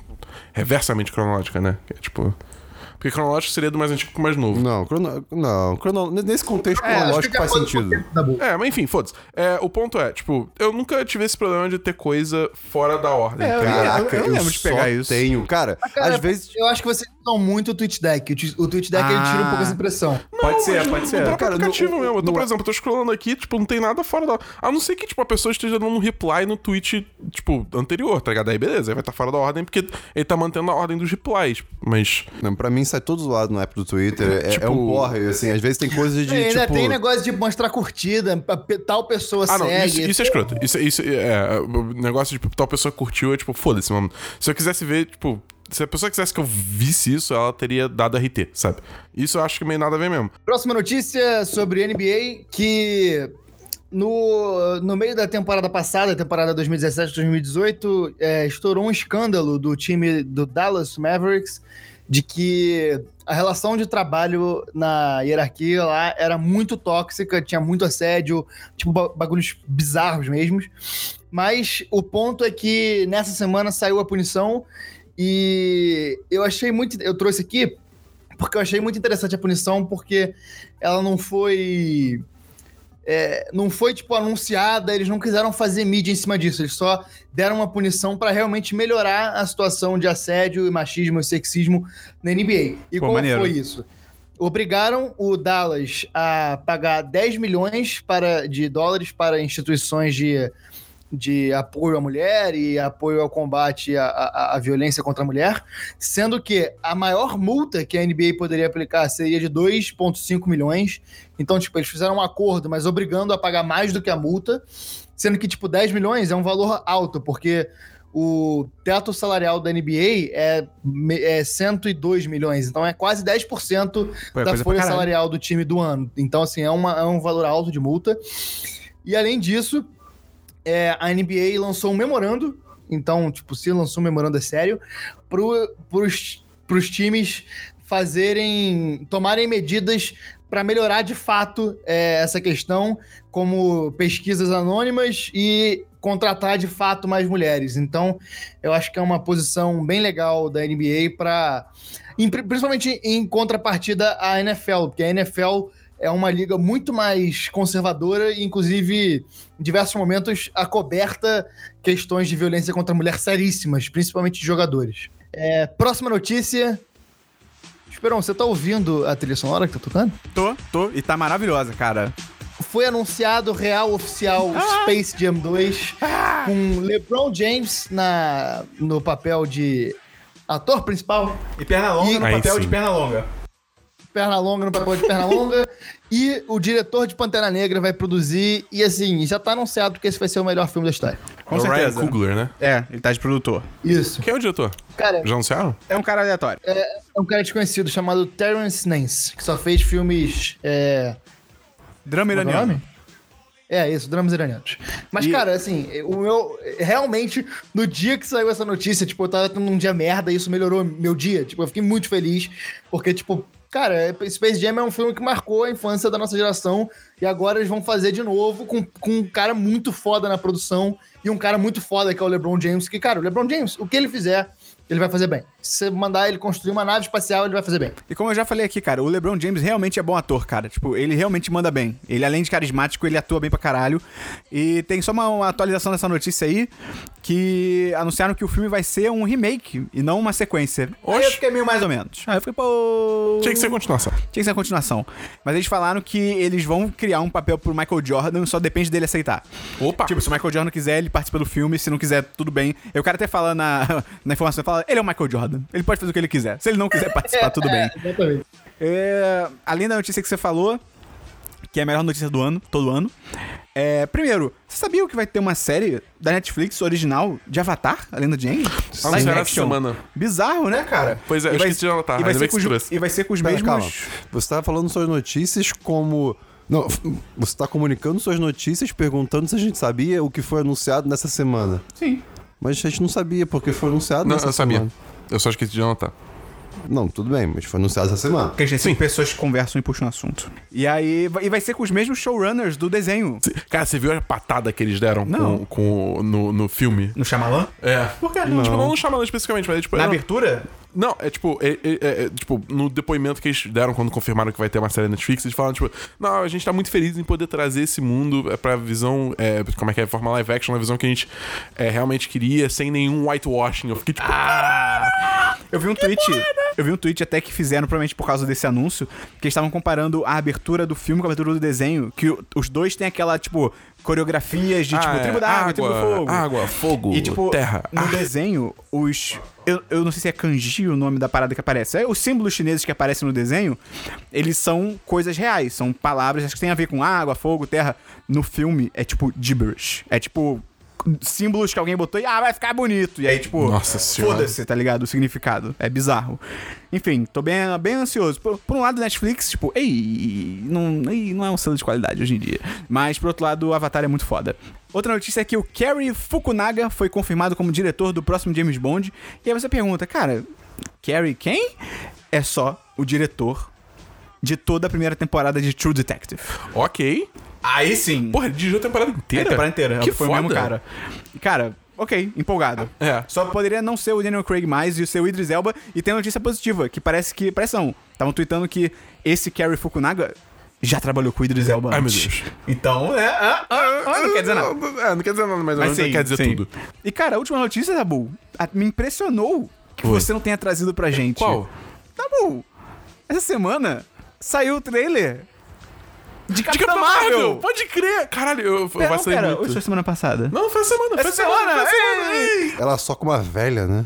reversamente cronológica, né? Que é tipo. Porque cronológico seria do mais antigo pro mais novo. Não, crono... não crono... nesse contexto É, acho cronológico que faz foi- sentido. Tá bom. É, mas enfim, foda-se. É, o ponto é, tipo, eu nunca tive esse problema de ter coisa fora da ordem. tá eu- ligado? Caraca, eu- É, eu, eu lembro de só pegar isso. tenho. Cara, Cara, às vezes... Eu acho que vocês usam muito o TweetDeck. O, Twi- o TweetDeck ele tira um pouco Ah. essa impressão. pode Não, ser, mas pode no- ser. No próprio um Cara, no- É aplicativo o- mesmo. Eu tô, no- por exemplo, eu tô scrollando aqui, tipo, não tem nada fora da. A não ser que, tipo, a pessoa esteja dando um reply no tweet, tipo, anterior, tá ligado? Aí beleza, aí vai estar fora da ordem, porque ele tá mantendo a ordem dos replies. Mas. Não, pra mim sai todo zoado no app do Twitter. É, Tipo, é um porre, assim. Às vezes tem coisas de, E ainda tipo... tem negócio de mostrar curtida, pra- pe- tal pessoa Ah, não, segue. isso, isso é escroto. Isso, isso é. O negócio de tal pessoa curtiu é tipo, foda-se, mano. Se eu quisesse ver, tipo. Se a pessoa quisesse que eu visse isso, ela teria dado RT, sabe? Isso eu acho que meio nada a ver mesmo. Próxima notícia sobre NBA, que no, no meio da temporada passada, temporada 2017-2018, é, estourou um escândalo do time do Dallas Mavericks de que a relação de trabalho na hierarquia lá era muito tóxica, tinha muito assédio, tipo ba- bagulhos bizarros mesmos. Mas o ponto é que nessa semana saiu a punição e eu achei muito. Eu trouxe aqui porque eu achei muito interessante a punição, porque ela não foi. é, não foi, tipo, anunciada, eles não quiseram fazer mídia em cima disso, eles só deram uma punição para realmente melhorar a situação de assédio e machismo e sexismo na NBA. E Pô, como maneiro. foi isso? Obrigaram o Dallas a pagar 10 milhões para, de dólares para instituições de, de apoio à mulher e apoio ao combate à, à- à violência contra a mulher, sendo que a maior multa que a NBA poderia aplicar seria de 2,5 milhões. Então, tipo, eles fizeram um acordo, mas obrigando a pagar mais do que a multa, sendo que, tipo, 10 milhões é um valor alto, porque o teto salarial da NBA é, me- é 102 milhões, então é quase 10% Pô, é da coisa pra folha caralho. salarial do time do ano. Então, assim, é, uma- é um valor alto de multa. E além disso, é, a NBA lançou um memorando. Então, tipo, se lançou um memorando é sério, pro, pros, pros times fazerem. tomarem medidas para melhorar de fato é, essa questão, como pesquisas anônimas e contratar de fato mais mulheres. Então, eu acho que é uma posição bem legal da NBA para em- pri- principalmente em contrapartida à NFL, porque a NFL é uma liga muito mais conservadora e, inclusive, em diversos momentos, acoberta questões de violência contra a mulher seríssimas, principalmente de jogadores. É, próxima notícia. Esperon, você tá ouvindo a trilha sonora que tá tocando? Tô, tô. E tá maravilhosa, cara. Foi anunciado real oficial Space Jam 2 com LeBron James na, no papel de ator principal, E perna longa no Aí papel sim. de perna longa. perna longa no papel de perna longa, e o diretor de Pantera Negra vai produzir. E assim, já tá anunciado que esse vai ser o melhor filme da história. Com É o certeza. Ryan Coogler, né? É, ele tá de produtor. Isso. Quem é o diretor? Cara, Já anunciaram? É um cara aleatório. é, é um cara desconhecido chamado Terrence Nance, que só fez filmes. É, Drama Como é o iraniano. nome? É, isso, dramas iranianos. Mas, E- cara, assim, o meu. Realmente, no dia que saiu essa notícia, tipo, eu tava tendo um dia merda e isso melhorou meu dia. Tipo, eu fiquei muito feliz, porque, tipo, cara, é- Space Jam é um filme que marcou a infância da nossa geração e agora eles vão fazer de novo com, com um cara muito foda na produção e um cara muito foda que é o LeBron James. Que, cara, o LeBron James, o que ele fizer, ele vai fazer bem. Se você mandar ele construir uma nave espacial, ele vai fazer bem. E como eu já falei aqui, cara, o LeBron James realmente é bom ator, cara. Tipo, ele realmente manda bem. Ele, além de carismático, ele atua bem pra caralho. E tem só uma, uma atualização dessa notícia aí, que anunciaram que o filme vai ser um remake e não uma sequência. Aí eu Oxe. fiquei meio mais ou menos. Aí eu fiquei, pô... Tinha que ser continuação. Tinha que ser a continuação. Mas eles falaram que eles vão criar um papel pro Michael Jordan, só depende dele aceitar. Opa! Tipo, se o Michael Jordan quiser, ele participa do filme. Se não quiser, tudo bem. Eu quero até falar na, [laughs] na informação, fala, ele é o Michael Jordan. Ele pode fazer o que ele quiser. Se ele não [laughs] quiser participar, tudo bem. Exatamente. É, além da notícia que você falou, que é a melhor notícia do ano, todo ano. é, primeiro, você sabia que vai ter uma série da Netflix original de Avatar, a lenda de Aang? Anunciaram Live essa action. semana. Bizarro, né, cara? Pois é, eu E vai- esqueci de anotar, E vai, ainda ser bem com que os, você trouxe. e vai ser com os Pera, mesmos... calma. Você tá falando suas notícias como. Não, f- você tá comunicando suas notícias perguntando se a gente sabia o que foi anunciado nessa semana. Sim. Mas a gente não sabia, porque foi anunciado Não, nessa eu sabia. semana. Eu só esqueci de anotar. Não, tudo bem, mas foi anunciado essa semana. Porque assim, pessoas que conversam e puxam assunto. E aí, vai- e vai ser com os mesmos showrunners do desenho. Cara, você viu a patada que eles deram Não. com, com- no, no filme? No Shyamalan? É. Por quê? Não. Tipo, não no Shyamalan especificamente, mas é, tipo... Na era- abertura? Não, é tipo, é- é- é- é, tipo, no depoimento que eles deram quando confirmaram que vai ter uma série na Netflix, eles falam, tipo, não, a gente tá muito feliz em poder trazer esse mundo é, pra visão, é, como é que é, forma live action, a visão que a gente é, realmente queria, sem nenhum whitewashing. Eu fiquei, tipo, Ah, Eu vi um tweet. Eu vi um tweet até que fizeram, provavelmente por causa desse anúncio, que eles estavam comparando a abertura do filme com a abertura do desenho. Que o- os dois têm aquela, tipo, coreografias de, Ah, tipo, é. tribo da água, tribo do Água, fogo. água, fogo, E, tipo, terra, no ar. desenho, os... Eu, eu não sei se é kanji o nome da parada que aparece. É, os símbolos chineses que aparecem no desenho, eles são coisas reais. São palavras acho que têm a ver com água, fogo, terra. No filme, é tipo gibberish. É tipo... Símbolos que alguém botou e, ah, vai ficar bonito. E aí, tipo, Nossa Senhora. foda-se você, tá ligado? O significado. É bizarro. Enfim, tô bem, bem ansioso. Por, por um lado, Netflix, tipo, ei não, ei, não é um selo de qualidade hoje em dia. Mas, por outro lado, o Avatar é muito foda. Outra notícia é que o Cary Fukunaga foi confirmado como diretor do próximo James Bond. E aí você pergunta, cara, Cary quem? É só o diretor de toda a primeira temporada de True Detective. ok. Aí sim. Porra, ele dirigiu a temporada É, Ah, inteira? a temporada inteira. Que foi foda. o mesmo cara. E, Cara, ok, empolgado. É. Só poderia não ser o Daniel Craig mais e o seu Idris Elba. E tem uma notícia positiva, que parece que... Parece não. Estavam tweetando que esse Cary Fukunaga já trabalhou com o Idris Elba Ai, meu antes. Deus. Então, é... Ah, ah, ah, não quer dizer nada. É, não quer dizer nada, mas, Mas mas sim, quer dizer sim. tudo. E, cara, a última notícia, Dabu, a- me impressionou que Oi. você não tenha trazido pra gente. É, Qual? Dabu, essa semana saiu o trailer de Capitã, Capitão é, Marvel. Pode crer! Caralho, eu, eu Pera, vacilei pera, muito. isso foi semana passada. Não, foi a semana, foi é a Essa semana, semana, foi a semana. né? ei, ei. Ela só com uma velha, né?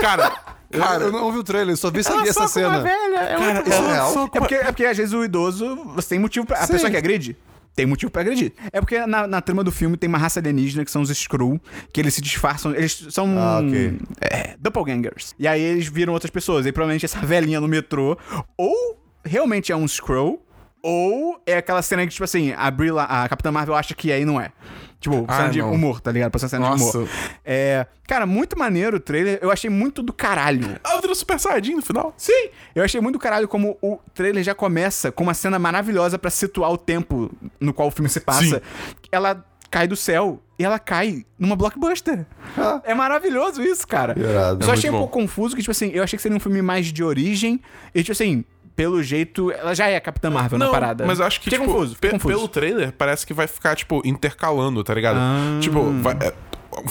Cara, Cara, eu, não ouvi o trailer, eu só vi Ela sabia essa soca uma cena. velha, é muito cara, bom. isso é real? só É porque, é porque às vezes o idoso, você tem motivo pra. A Sim. pessoa que agride. Tem motivo pra agredir. É porque na, na trama do filme tem uma raça alienígena que são os Skrull, que eles se disfarçam. Eles são. Ah, ok. é, doppelgangers. E aí eles viram outras pessoas. E provavelmente essa velhinha no metrô. Ou realmente é um Skrull. Ou é aquela cena que, tipo assim, a, Brie, La- a Capitã Marvel acha que aí não é. Tipo, Ah, cena de não. humor, tá ligado? Pra ser cena de Nossa. humor. É, cara, muito maneiro o trailer. Eu achei muito do caralho. Ah, eu virei Super Saiyajin no final. Sim! Eu achei muito caralho como o trailer já começa com uma cena maravilhosa pra situar o tempo no qual o filme se passa. Sim. Ela cai do céu e ela cai numa blockbuster. É maravilhoso isso, cara. Irado. Só Ah. É achei um muito bom. pouco confuso que, tipo assim, eu achei que seria um filme mais de origem e, tipo assim, pelo jeito, ela já é a Capitã Marvel na parada. Mas eu acho que, Fiquei tipo, confuso, fiquei pe- confuso. Ah. pelo trailer, parece que vai ficar, tipo, intercalando, tá ligado? Tipo, vai- é,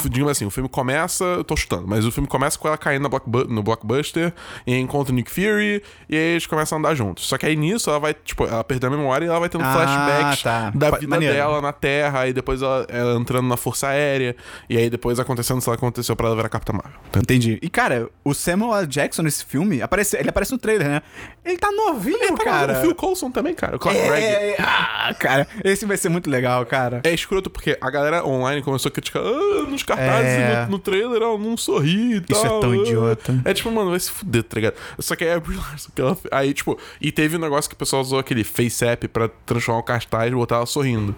Digamos assim, o filme começa. Eu tô chutando, mas o filme começa com ela caindo na blockbu- no blockbuster e encontra o Nick Fury e aí eles começam a andar juntos. Só que aí nisso ela vai, tipo, ela perdeu a memória e ela vai tendo Ah, flashbacks tá. da Pa- vida maneiro. dela na Terra, aí depois ela, ela entrando na Força Aérea, e aí depois acontecendo se ela aconteceu pra ela virar Capitã Marvel. Entendi. E, cara, o Samuel L. Jackson nesse filme, aparece, ele aparece no trailer, né? Ele tá novinho, cara. o Phil Coulson também, cara. O Clark Gregg. É, é, ah, cara, esse vai ser muito legal, cara. É escroto porque a galera online começou a criticar ah, nos cartazes, É. e no, no trailer, ela não sorri e tal. é tão ah." idiota. É tipo, mano, vai se fuder, tá ligado? Só que aí a Brie Larson, que ela... Aí, tipo, e teve um negócio que o pessoal usou aquele face app pra transformar o cartaz e botar ela sorrindo.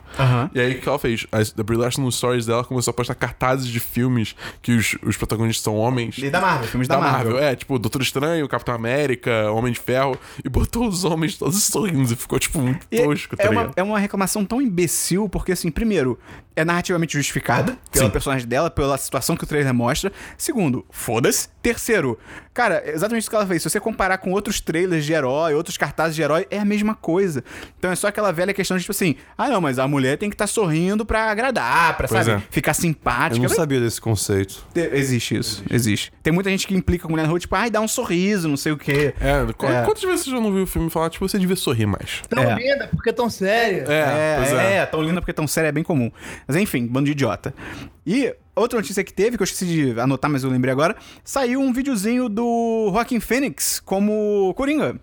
E aí, o que ela fez? A a Brie Larson nos stories dela começou a postar cartazes de filmes que os, os protagonistas são homens. E é da Marvel, filmes da, Da Marvel. Marvel. É, tipo, Doutor Estranho, Capitão América, Homem de Ferro. E botou os homens todos sorrindo e ficou, tipo, muito E é- tosco, tá é, ligado? uma, é uma reclamação tão imbecil, porque, assim, primeiro, é narrativamente justificada pela personagem dela, pela situação que o trailer mostra. Segundo, foda-se. Terceiro, cara, é exatamente o que ela fez. Se você comparar com outros trailers de herói, outros cartazes de herói, é a mesma coisa. Então é só aquela velha questão de, tipo assim, ah, não, mas a mulher tem que estar sorrindo pra agradar, pra, Pois sabe, é. ficar Eu simpática. não sabia desse conceito. Te- Existe isso, existe. Tem muita gente que implica com mulher na rua, tipo, ai, dá um sorriso, não sei o quê. É, qu- É. quantas vezes você já não viu o filme falar, tipo, você devia sorrir mais? Tão É. linda, porque é tão séria. É, pois é, tão linda porque tão séria é bem comum. Mas enfim, bando de idiota. E outra notícia que teve, que eu esqueci de anotar, mas eu lembrei agora, saiu um videozinho do Joaquin Phoenix como Coringa.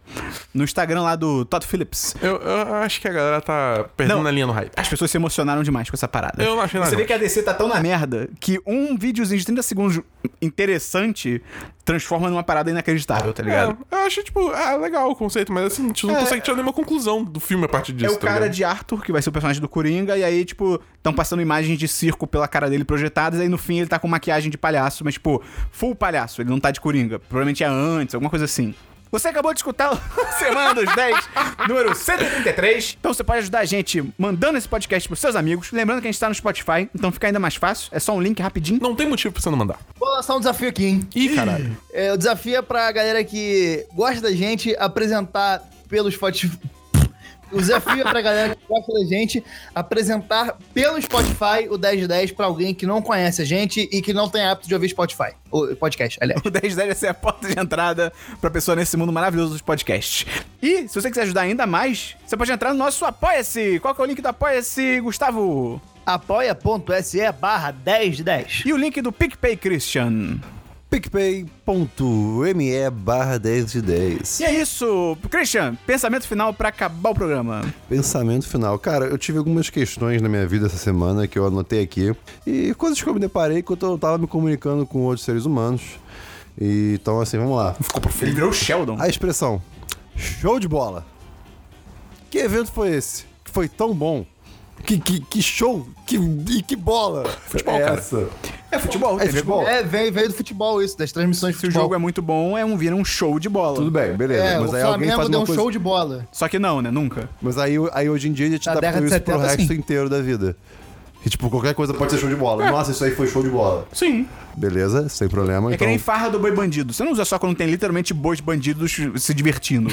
No Instagram lá do Todd Phillips. Eu, eu acho que a galera tá perdendo Não. a linha no hype. As pessoas se emocionaram demais com essa parada. Eu não achei nada Você vê demais. que a DC tá tão na merda que um videozinho de 30 segundos interessante transforma numa parada inacreditável, tá ligado? É, eu acho, tipo, ah, legal o conceito, mas assim, a gente não consegue tirar nenhuma conclusão do filme a partir É disso. tá o cara de Arthur, que vai ser o personagem do Coringa, e aí, tipo, estão passando imagens de circo pela cara dele projetadas, e aí no fim ele tá com maquiagem de palhaço, mas, tipo, full palhaço, ele não tá de Coringa. Provavelmente é antes, alguma coisa assim. Você acabou de escutar o [laughs] Semana dos 10, número 133. Então você pode ajudar a gente mandando esse podcast pros seus amigos. Lembrando que a gente tá no Spotify, então fica ainda mais fácil. É só um link rapidinho. Não tem motivo pra você não mandar. Vou lançar um desafio aqui, hein? Ih, caralho. É, o desafio é pra galera que gosta da gente apresentar pelos Spotify. O desafio é pra galera que gosta da gente apresentar pelo Spotify o 10 de 10 pra alguém que não conhece a gente e que não tem hábito de ouvir Spotify. O podcast, aliás. [laughs] O 1010 vai ser é a porta de entrada pra pessoa nesse mundo maravilhoso dos podcasts. E, se você quiser ajudar ainda mais, você pode entrar no nosso Apoia-se. Qual que é o link do Apoia-se, Gustavo? [laughs] apoia.se barra 10 de 10. E o link do PicPay, Christian. picpay.me barra 10 de 10. E é isso. Christian, pensamento final pra acabar o programa. Pensamento final. Cara, eu tive algumas questões na minha vida essa semana que eu anotei aqui. E coisas que eu me deparei quando eu tava me comunicando com outros seres humanos. E, então, assim, vamos lá. Ele virou o Sheldon. A expressão show de bola. Que evento foi esse? Que foi tão bom? Que, que, que show? Que, e que bola? Futebol, é cara. essa? É futebol. É futebol? É, veio, veio do futebol isso, das transmissões de Se o futebol. jogo é muito bom, é um vira um show de bola. Tudo bem, beleza. É, mas o aí alguém Flamengo faz deu uma um coisa... show de bola. Só que não, né? Nunca. Mas aí, aí hoje em dia a gente Na dá década com de isso pro 70, resto sim. inteiro da vida. Que, tipo, qualquer coisa pode ser show de bola. É. Nossa, isso aí foi show de bola. Sim. Beleza, sem problema. É então... que nem farra do boi bandido. Você não usa só quando tem literalmente bois bandidos se [laughs] divertindo.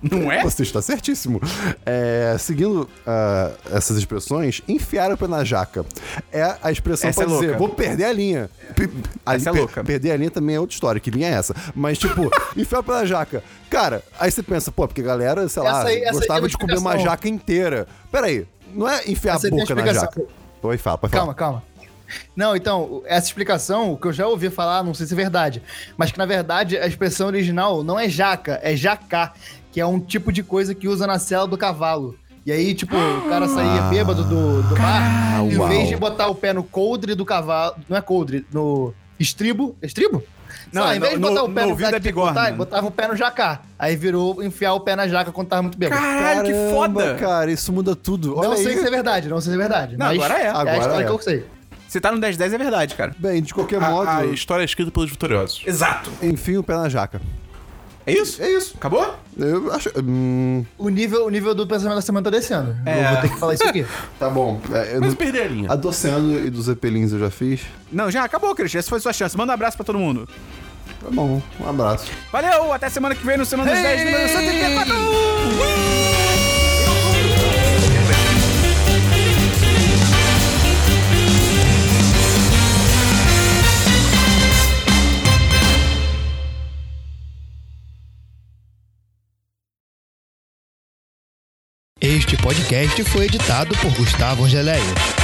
não é? [laughs] Você está certíssimo. É, seguindo ah, essas expressões, enfiar o pé na jaca. É a expressão Essa pra é louca. dizer, vou perder a linha. Pe- a- Essa é per- louca. Perder a linha também é outra história, que linha é essa? Mas, [laughs] tipo, enfiar o pé na jaca. Cara, aí você pensa, pô, porque a galera, sei lá, Essa aí- essa aí tem gostava uma de comer uma explicação. jaca inteira. Peraí, não é enfiar Essa a aí tem boca na explicação. jaca. Oi, fala, pode falar. Calma, calma. Não, então, essa explicação, o que eu já ouvi falar, não sei se é verdade, mas que na verdade a expressão original não é jaca, é jacá, que é um tipo de coisa que usa na cela do cavalo. E aí, tipo, o cara Ah. saía bêbado do, do bar, e em vez de botar o pé no coldre do cavalo, não é coldre, no estribo, estribo? Não, Sei lá, em vez de no- botar no- o pé no no, ouvido lugar é que tinha que bigorna. botar, ele botava o pé no jacá. Aí virou enfiar o pé na jaca quando tava muito bêbado. Caralho, que Caramba, foda. Cara, isso muda tudo. Olha Não sei aí. se é verdade, não sei se é verdade. Não, mas agora é, é agora a história é. que eu sei. Você tá no 10-10 é verdade, cara. Bem, de qualquer Ah, modo, A, a história é escrita pelos vitoriosos. Exato. enfia o pé na jaca. É isso? É isso. Acabou? Eu acho. hum, O nível, o nível do pensamento da semana tá descendo. Eu vou ter que falar isso aqui. tá bom. É, eu Mas não- perder a linha. A do oceano e dos Zepelins eu já fiz. Não, já acabou, Christian. Essa foi sua chance. Manda um abraço pra todo mundo. Tá bom, um abraço. Valeu, até semana que vem no Semana dos 10, número 134. Este podcast foi editado por Gustavo Angeléia.